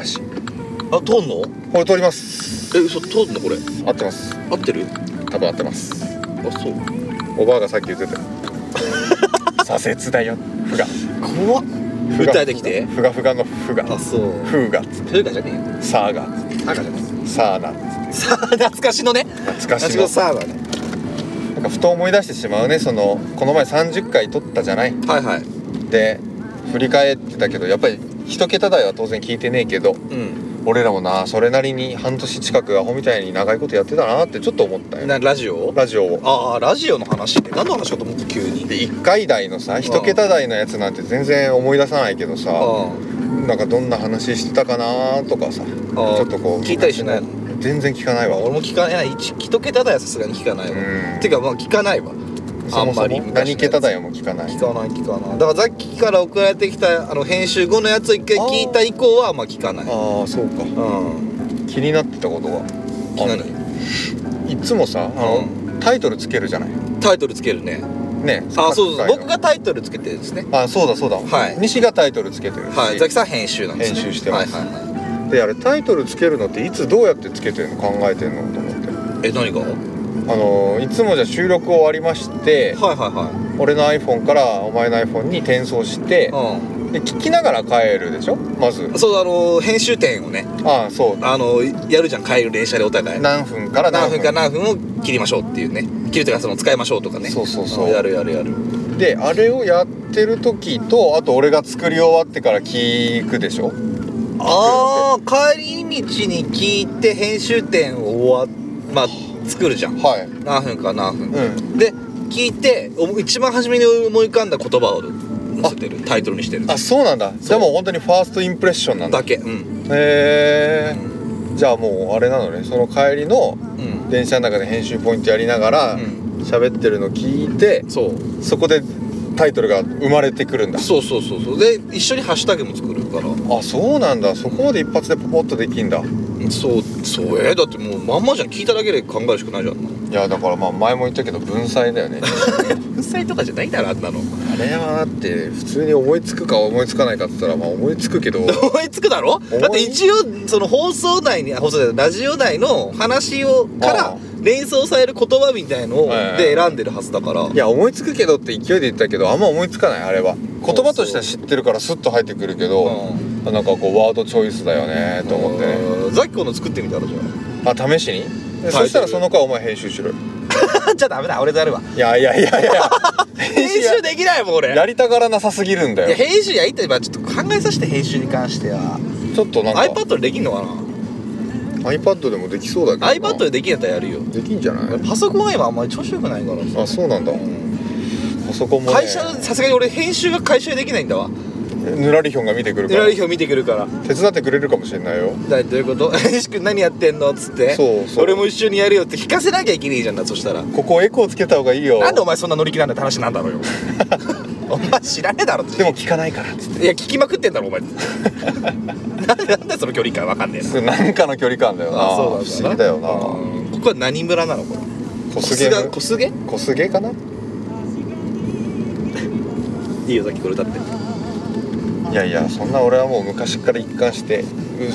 [SPEAKER 3] あ通んの
[SPEAKER 2] これ通ります
[SPEAKER 3] え嘘通んのこれ
[SPEAKER 2] 合ってます
[SPEAKER 3] 合ってる
[SPEAKER 2] 多分合ってます
[SPEAKER 3] あそう
[SPEAKER 2] おばあがさっき言って た左折だよふが
[SPEAKER 3] 怖っ
[SPEAKER 2] ふが
[SPEAKER 3] 訴えてきて
[SPEAKER 2] ふがふがのふが
[SPEAKER 3] あそう
[SPEAKER 2] ふうが
[SPEAKER 3] それかじゃねえよ
[SPEAKER 2] さあが
[SPEAKER 3] 赤じゃない
[SPEAKER 2] さあな
[SPEAKER 3] さあ懐かしのね
[SPEAKER 2] 懐か
[SPEAKER 3] 懐
[SPEAKER 2] し
[SPEAKER 3] か
[SPEAKER 2] の
[SPEAKER 3] しさあだね
[SPEAKER 2] なんかふと思い出してしまうねそのこの前30回撮ったじゃない
[SPEAKER 3] はいはい
[SPEAKER 2] で振り返ってたけどやっぱり一桁台は当然聞いてねえけど
[SPEAKER 3] うん
[SPEAKER 2] 俺らもなそれなりに半年近くアホみたいに長いことやってたなってちょっと思ったよ
[SPEAKER 3] なラジオ
[SPEAKER 2] ラジオを
[SPEAKER 3] ああラジオの話って何の話かと思って急に
[SPEAKER 2] で1回台のさ一桁台のやつなんて全然思い出さないけどさ
[SPEAKER 3] あ
[SPEAKER 2] なんかどんな話してたかなとかさち
[SPEAKER 3] あ
[SPEAKER 2] ょっとこう
[SPEAKER 3] 聞いたりしないの
[SPEAKER 2] 全然聞かないわ
[SPEAKER 3] 俺も聞かない一一桁台はさすがに聞かないわ
[SPEAKER 2] うん
[SPEAKER 3] てかまあ聞かないわあ
[SPEAKER 2] そ
[SPEAKER 3] ん
[SPEAKER 2] も
[SPEAKER 3] ま
[SPEAKER 2] そ
[SPEAKER 3] り
[SPEAKER 2] も
[SPEAKER 3] 昔のやつ
[SPEAKER 2] 何桁台も聞かない
[SPEAKER 3] 聞かない聞かないだからさっきから送られてきたあの編集後のやつを一回聞いた以降はあんま聞かない
[SPEAKER 2] ああそうか
[SPEAKER 3] うん
[SPEAKER 2] 気になってたことがあんの
[SPEAKER 3] 何
[SPEAKER 2] いつもさあのタイトルつけるじゃない
[SPEAKER 3] タイトルつけるね
[SPEAKER 2] ね
[SPEAKER 3] あそうそう
[SPEAKER 2] 各回の
[SPEAKER 3] 僕がタイトルつけてるんですね
[SPEAKER 2] あそうだそうだ、
[SPEAKER 3] はい
[SPEAKER 2] 西がタイトルつけてるし、
[SPEAKER 3] はいザキさん編集なんですね
[SPEAKER 2] 編集してます
[SPEAKER 3] はいはいはい
[SPEAKER 2] であれタイトルつけるのっていつどうやってつけてるの考えてるのと思って
[SPEAKER 3] え何がはい
[SPEAKER 2] あのいつもじゃ収録終わりまして
[SPEAKER 3] はいは
[SPEAKER 2] 俺の iPhone からお前の iPhone に転送して
[SPEAKER 3] い
[SPEAKER 2] で聞きながら帰るでしょまず
[SPEAKER 3] うんそうあの編集点をね
[SPEAKER 2] ああそう
[SPEAKER 3] あのやるじゃん帰る電車でお互い
[SPEAKER 2] 何分から
[SPEAKER 3] 何
[SPEAKER 2] 何
[SPEAKER 3] 分
[SPEAKER 2] 分
[SPEAKER 3] か何分を切りましょうっていうね切るというかその使いましょうとかね
[SPEAKER 2] そうそうそうん
[SPEAKER 3] やるやるやる
[SPEAKER 2] であれをやってる時とあと俺が作り終わってから聞くでしょ
[SPEAKER 3] ああ帰り道に聞いて編集点を終わまあ作るじゃん
[SPEAKER 2] はい
[SPEAKER 3] 何分か何分か、
[SPEAKER 2] う
[SPEAKER 3] で聞いてお一番初めに思い浮かんだ言葉を載せてるタイトルにしてる
[SPEAKER 2] あそうなんだじゃあもう本当にファーストインプレッションなんだ
[SPEAKER 3] だけうん
[SPEAKER 2] へえじゃあもうあれなのねその帰りの
[SPEAKER 3] うん、
[SPEAKER 2] 電車の中で編集ポイントやりながら
[SPEAKER 3] うん
[SPEAKER 2] 喋ってるの聞いて
[SPEAKER 3] そう
[SPEAKER 2] そこでタイトルが生まれてくるんだ
[SPEAKER 3] そうそうそうそうで一緒にハッシュタグも作るから
[SPEAKER 2] あそうなんだそこまで一発でポポッとできんだい
[SPEAKER 3] そうそうえーだってもうまんまじゃん聞いただけで考えるしかないじゃん
[SPEAKER 2] やだからまあ前も言ったけど文才だよね
[SPEAKER 3] 天才とかじゃないだろあんなの
[SPEAKER 2] あれはだって普通に思いつくか思いつかないかって言ったらまあ思いつ くけど
[SPEAKER 3] 思いつくだろ
[SPEAKER 2] い
[SPEAKER 3] だって一応その放送内にあ放送内ラジオ内の話をか
[SPEAKER 2] あ
[SPEAKER 3] ら
[SPEAKER 2] あ
[SPEAKER 3] 連想される言葉みたいのを
[SPEAKER 2] はいはい
[SPEAKER 3] で選んでるはずだから
[SPEAKER 2] いや思いつくけどって勢いで言ったけどあんま思いつかないあれは言葉としては知ってるからスッと入ってくるけど、
[SPEAKER 3] うん
[SPEAKER 2] なんかこうワードチョイスだよねと思ってね
[SPEAKER 3] うんザキコの作ってみたらじゃ
[SPEAKER 2] あ試しに
[SPEAKER 3] ル
[SPEAKER 2] そしたらその子はお前編集しろよ
[SPEAKER 3] あじゃあダメだ俺とやるわ
[SPEAKER 2] いやいやいやいや
[SPEAKER 3] 編集できないもん俺
[SPEAKER 2] やりたがらなさすぎるんだ
[SPEAKER 3] いや
[SPEAKER 2] よ
[SPEAKER 3] 編集やりたいまあちょっと考えさせて編集に関しては
[SPEAKER 2] ちょっとなんか
[SPEAKER 3] iPad でできんのかな
[SPEAKER 2] iPad でもできそうだけどな
[SPEAKER 3] iPad でできんやったらやるよ
[SPEAKER 2] できんじゃない
[SPEAKER 3] パソコンは今あんまり調子よくないからさ
[SPEAKER 2] あそうなんだパソコンも、ね、
[SPEAKER 3] 会社さすがに俺編集が回収できないんだわ
[SPEAKER 2] ぬらりひょんが見てくる
[SPEAKER 3] ぬ
[SPEAKER 2] からら
[SPEAKER 3] りひょん見てくるから
[SPEAKER 2] 手伝ってくれるかもしれないよ
[SPEAKER 3] だどういうこと 西君何やってんのっつって
[SPEAKER 2] そうそう
[SPEAKER 3] 俺も一緒にやるよって聞かせなきゃいけねえじゃんなそしたら
[SPEAKER 2] ここエコーつけた方がいいよ
[SPEAKER 3] なんでお前そんな乗り気なんだって話なんだろう よお前知らねえだろって
[SPEAKER 2] でも聞かないからっつっ
[SPEAKER 3] いや聞きまくってんだろお前 なんでなんだよその距離感わかんねえな
[SPEAKER 2] てなんかの距離感だよな
[SPEAKER 3] あそうなんだな
[SPEAKER 2] 不思議だよな
[SPEAKER 3] うんここは何村なのこれ
[SPEAKER 2] 小菅村
[SPEAKER 3] 小菅
[SPEAKER 2] 小菅かない
[SPEAKER 3] いよさっきこれだって
[SPEAKER 2] いやいやそんな俺はもう昔から一貫してこ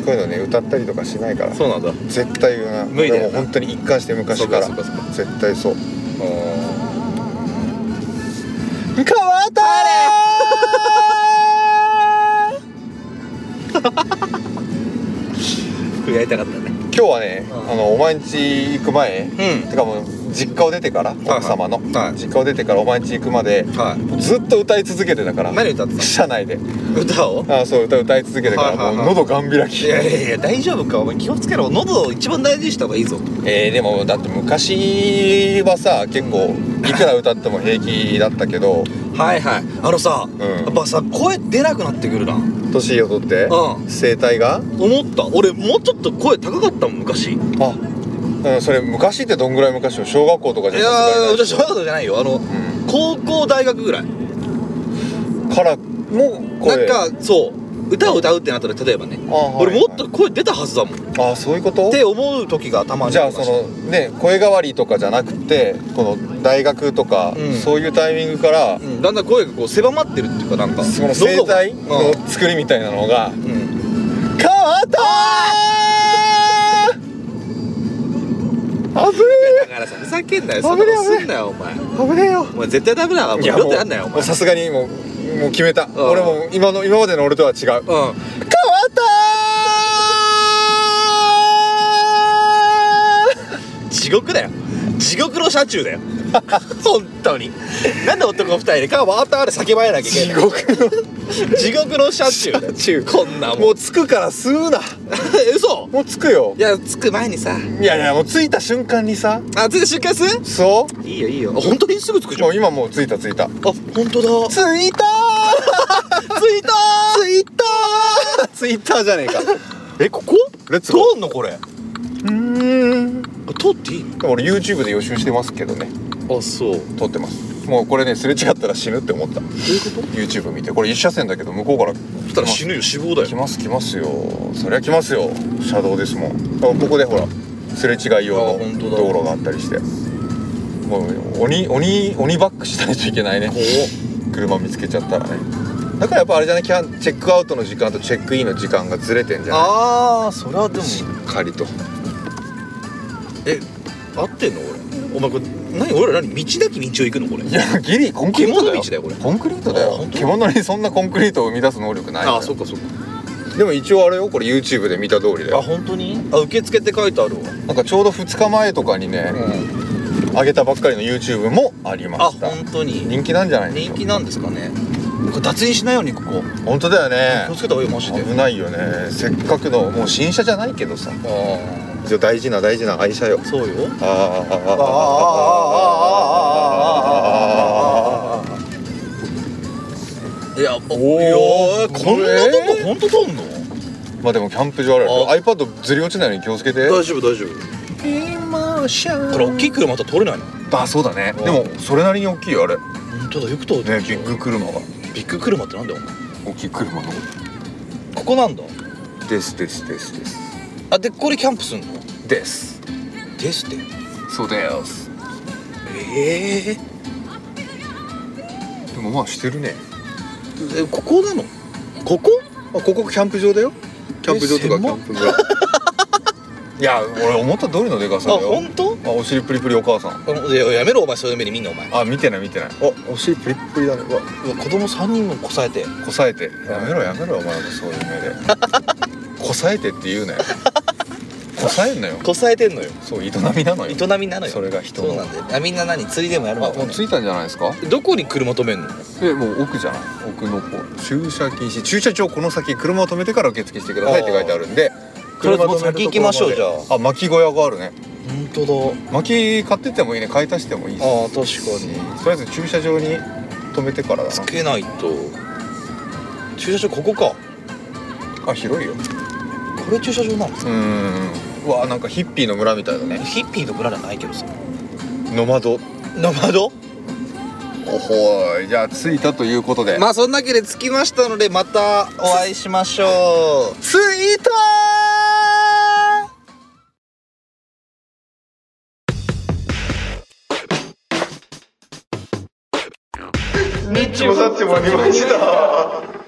[SPEAKER 2] ういうのね歌ったりとかしないから
[SPEAKER 3] そうなんだ
[SPEAKER 2] 絶対言うな
[SPEAKER 3] 無理だよな
[SPEAKER 2] 俺もう本当に一貫して昔から
[SPEAKER 3] そうかそうかそう
[SPEAKER 2] 絶対そう
[SPEAKER 3] あ
[SPEAKER 2] 変わった
[SPEAKER 3] ー服やりたかったね
[SPEAKER 2] 今日はね
[SPEAKER 3] うん
[SPEAKER 2] あのお前ん家行く前
[SPEAKER 3] うん
[SPEAKER 2] てかもう実家を出てから
[SPEAKER 3] はい
[SPEAKER 2] 奥様の
[SPEAKER 3] はい
[SPEAKER 2] 実家を出てからお前ん家行くまで
[SPEAKER 3] はい
[SPEAKER 2] ずっと歌い続けてたから
[SPEAKER 3] 何歌ってた
[SPEAKER 2] 車内で
[SPEAKER 3] の歌を
[SPEAKER 2] あそう歌歌い続けてか
[SPEAKER 3] はいは
[SPEAKER 2] ら
[SPEAKER 3] い
[SPEAKER 2] も
[SPEAKER 3] は
[SPEAKER 2] う
[SPEAKER 3] い
[SPEAKER 2] 喉ガン開き
[SPEAKER 3] いやいやいや大丈夫かお前気をつけろ喉を一番大事にした方がいいぞ
[SPEAKER 2] えーでもだって昔はさ結構いくら歌っても平気だったけど
[SPEAKER 3] はいはいあのさ、
[SPEAKER 2] ん
[SPEAKER 3] やっぱさ声出なくなってくるな
[SPEAKER 2] 年を取って
[SPEAKER 3] うん
[SPEAKER 2] 声帯が
[SPEAKER 3] 思った俺もうちょっと声高かったもん昔い
[SPEAKER 2] あうんそれ昔ってどんぐらい昔よ小学校とかじ
[SPEAKER 3] やー
[SPEAKER 2] ゃさすがにない
[SPEAKER 3] じゃ小学校じゃないよあの、
[SPEAKER 2] ん
[SPEAKER 3] 高校大学ぐらい
[SPEAKER 2] からも
[SPEAKER 3] な
[SPEAKER 2] 声
[SPEAKER 3] んかそう歌を歌うってなったら例えばね
[SPEAKER 2] あはい
[SPEAKER 3] 俺もっと声出たはずだもんっ
[SPEAKER 2] あそういうこと
[SPEAKER 3] て思う時がたまに
[SPEAKER 2] じゃあ
[SPEAKER 3] り
[SPEAKER 2] そ
[SPEAKER 3] ました
[SPEAKER 2] のね声変わりとかじゃなくてこの大学とか、
[SPEAKER 3] うん
[SPEAKER 2] そういうタイミングから、
[SPEAKER 3] うんだんだん声がこう狭まってるっていうかなんか
[SPEAKER 2] その声
[SPEAKER 3] 喉が
[SPEAKER 2] 帯の作りみたいなのが
[SPEAKER 3] うんうん
[SPEAKER 2] 「変わったあぶ
[SPEAKER 3] だからさふざけんなよそんなことすんなよお前
[SPEAKER 2] え危ねえよ
[SPEAKER 3] お前絶対ダメだからもう
[SPEAKER 2] い
[SPEAKER 3] 二
[SPEAKER 2] や
[SPEAKER 3] 度
[SPEAKER 2] も
[SPEAKER 3] とやんなよお
[SPEAKER 2] うもう
[SPEAKER 3] 前
[SPEAKER 2] さすがにもうもう決めた
[SPEAKER 3] ん
[SPEAKER 2] 俺も今の今までの俺とは違う変わ
[SPEAKER 3] う
[SPEAKER 2] っ
[SPEAKER 3] ん
[SPEAKER 2] た
[SPEAKER 3] 地獄だよ地獄の車中だ よ本当になんで男二人でかわーったあれ叫ばれなきゃいけ
[SPEAKER 2] 地
[SPEAKER 3] ない
[SPEAKER 2] 獄
[SPEAKER 3] の地獄の車中だよ
[SPEAKER 2] 車中
[SPEAKER 3] こんな
[SPEAKER 2] の
[SPEAKER 3] も
[SPEAKER 2] も
[SPEAKER 3] ん
[SPEAKER 2] う着くから吸うな
[SPEAKER 3] 嘘
[SPEAKER 2] もう着くよ
[SPEAKER 3] いや着く前にさ
[SPEAKER 2] いやいやもう着いた瞬間にさ
[SPEAKER 3] あ着いて出荷する
[SPEAKER 2] そ
[SPEAKER 3] いいよいいよあ本当にすぐ着く
[SPEAKER 2] う
[SPEAKER 3] じゃん
[SPEAKER 2] も
[SPEAKER 3] あ
[SPEAKER 2] う今もう着いた着いた
[SPEAKER 3] 本当だ
[SPEAKER 2] 着いた
[SPEAKER 3] 着いた
[SPEAKER 2] ー着いたー着いたじゃねえか
[SPEAKER 3] えここ
[SPEAKER 2] レッツゴ
[SPEAKER 3] 通んのこれ
[SPEAKER 2] ーうーん
[SPEAKER 3] 通っていい
[SPEAKER 2] でも俺 YouTube で予習してますけどね
[SPEAKER 3] のあそうど
[SPEAKER 2] 撮ってますもうこれねすれ違ったら死ぬって思った
[SPEAKER 3] ういうこ
[SPEAKER 2] YouTube 見てこれ一車線だけど向こうから
[SPEAKER 3] とそしたら死ぬよ死亡だ
[SPEAKER 2] 来
[SPEAKER 3] よ
[SPEAKER 2] ます来ますよそりゃ来ますよ車道ですもんあここでほらすれ違い
[SPEAKER 3] あ
[SPEAKER 2] 用
[SPEAKER 3] 本
[SPEAKER 2] の
[SPEAKER 3] 当だ
[SPEAKER 2] 道路があったりしてもう鬼鬼鬼バックしないといけないね車見つけちゃったらねだからやっぱあれじゃないキャンチェックアウトの時間とチェックインの時間がずれてんじゃな
[SPEAKER 3] ああそれはでも
[SPEAKER 2] いしっかりと
[SPEAKER 3] え合ってんの俺お前これ何俺ら何道なき道を行くのこれ
[SPEAKER 2] いやギリコンクリートだよ
[SPEAKER 3] 獣道だよこれ
[SPEAKER 2] コンクリートだ
[SPEAKER 3] あ
[SPEAKER 2] よ
[SPEAKER 3] 本当
[SPEAKER 2] 獣にそんなコンクリートを生み出す能力ないのよ
[SPEAKER 3] あそっかそっか
[SPEAKER 2] でも一応あれよこれ YouTube で見た通り
[SPEAKER 3] あ
[SPEAKER 2] だよ
[SPEAKER 3] 本当にあ受付って書いてあるわ、
[SPEAKER 2] なんかちょうど2日前とかにね、上げたばっかりの YouTube もありま
[SPEAKER 3] あ
[SPEAKER 2] した
[SPEAKER 3] 本当に
[SPEAKER 2] 人気なんじゃないでしょ
[SPEAKER 3] 人
[SPEAKER 2] う
[SPEAKER 3] 気なんですかねこれ脱輪しないようにここ
[SPEAKER 2] 本当だよ
[SPEAKER 3] 気を
[SPEAKER 2] ね
[SPEAKER 3] つけた方がいいよマジで
[SPEAKER 2] 危ないよねせっかくのもう新車じゃないけどさ
[SPEAKER 3] ああ
[SPEAKER 2] 一応大事な大事な愛車よ
[SPEAKER 3] そうよ
[SPEAKER 2] あああ
[SPEAKER 3] あああああああああああああああああ
[SPEAKER 2] ああ
[SPEAKER 3] いやお
[SPEAKER 2] おー
[SPEAKER 3] いやこんなとこ本当とんの
[SPEAKER 2] まあでもキャンプ場あるよ
[SPEAKER 3] あ
[SPEAKER 2] iPad ずり落ちないように気をつけて
[SPEAKER 3] 大丈夫大丈夫これ大きい車だと取れないの
[SPEAKER 2] あそうだねでもそれなりに大きいよあれね
[SPEAKER 3] 本当だよく通ってる
[SPEAKER 2] ビッグ車が
[SPEAKER 3] ビッグ車ってなんだよお前
[SPEAKER 2] 大きい車の
[SPEAKER 3] ここなんだ
[SPEAKER 2] ですですですです
[SPEAKER 3] あでこれキャンプすんの
[SPEAKER 2] です
[SPEAKER 3] ですって
[SPEAKER 2] そうです
[SPEAKER 3] ええ
[SPEAKER 2] でもまあしてるね
[SPEAKER 3] えここなのここ
[SPEAKER 2] あここキャンプ場だよキャンプ場と
[SPEAKER 3] え
[SPEAKER 2] かキ
[SPEAKER 3] 狭
[SPEAKER 2] ャ
[SPEAKER 3] っ
[SPEAKER 2] ンプ場 いや俺思った通りのでか
[SPEAKER 3] あ
[SPEAKER 2] さだよ
[SPEAKER 3] 本当
[SPEAKER 2] あお尻プリプリお母さん
[SPEAKER 3] あのいややめろお前そういう目に見んなお前
[SPEAKER 2] あ見てない見てないあお尻プリップリだねうわ
[SPEAKER 3] うわ子供3人もこさえて
[SPEAKER 2] こさえてやめろやめろお前もそういう目で こさえてって言うなよこさえんなよ
[SPEAKER 3] こさえてんのよ
[SPEAKER 2] そう営みなのよ
[SPEAKER 3] 営みなのよ
[SPEAKER 2] それが人の
[SPEAKER 3] そうなんだよあみんな何釣りでもやる
[SPEAKER 2] あ
[SPEAKER 3] の
[SPEAKER 2] もう着いたんじゃないですか
[SPEAKER 3] どこに車止めんの
[SPEAKER 2] えもう奥じゃない奥の方駐車禁止駐車場この先車を止めてから受付してくださいって書いてあるんで
[SPEAKER 3] とりあえずもう先行きましょうじゃあ
[SPEAKER 2] あ巻き小屋があるね
[SPEAKER 3] 本当だ
[SPEAKER 2] 薪買ってってもいいね買い足してもいいしと
[SPEAKER 3] ああ確かに
[SPEAKER 2] りあえず駐車場に止めてからだ
[SPEAKER 3] つ
[SPEAKER 2] な
[SPEAKER 3] けないと駐車場ここか
[SPEAKER 2] あ広いよ
[SPEAKER 3] これ駐車場なの
[SPEAKER 2] うーんうわなんかヒッピーの村みたいだね
[SPEAKER 3] ヒッピーの村じゃないけどさ
[SPEAKER 2] ノマド
[SPEAKER 3] ノマド
[SPEAKER 2] おほーいじゃあ着いたということで
[SPEAKER 3] まあそんなわけで着きましたのでまたお会いしましょう
[SPEAKER 2] 着いた
[SPEAKER 1] にちもさっちもありました。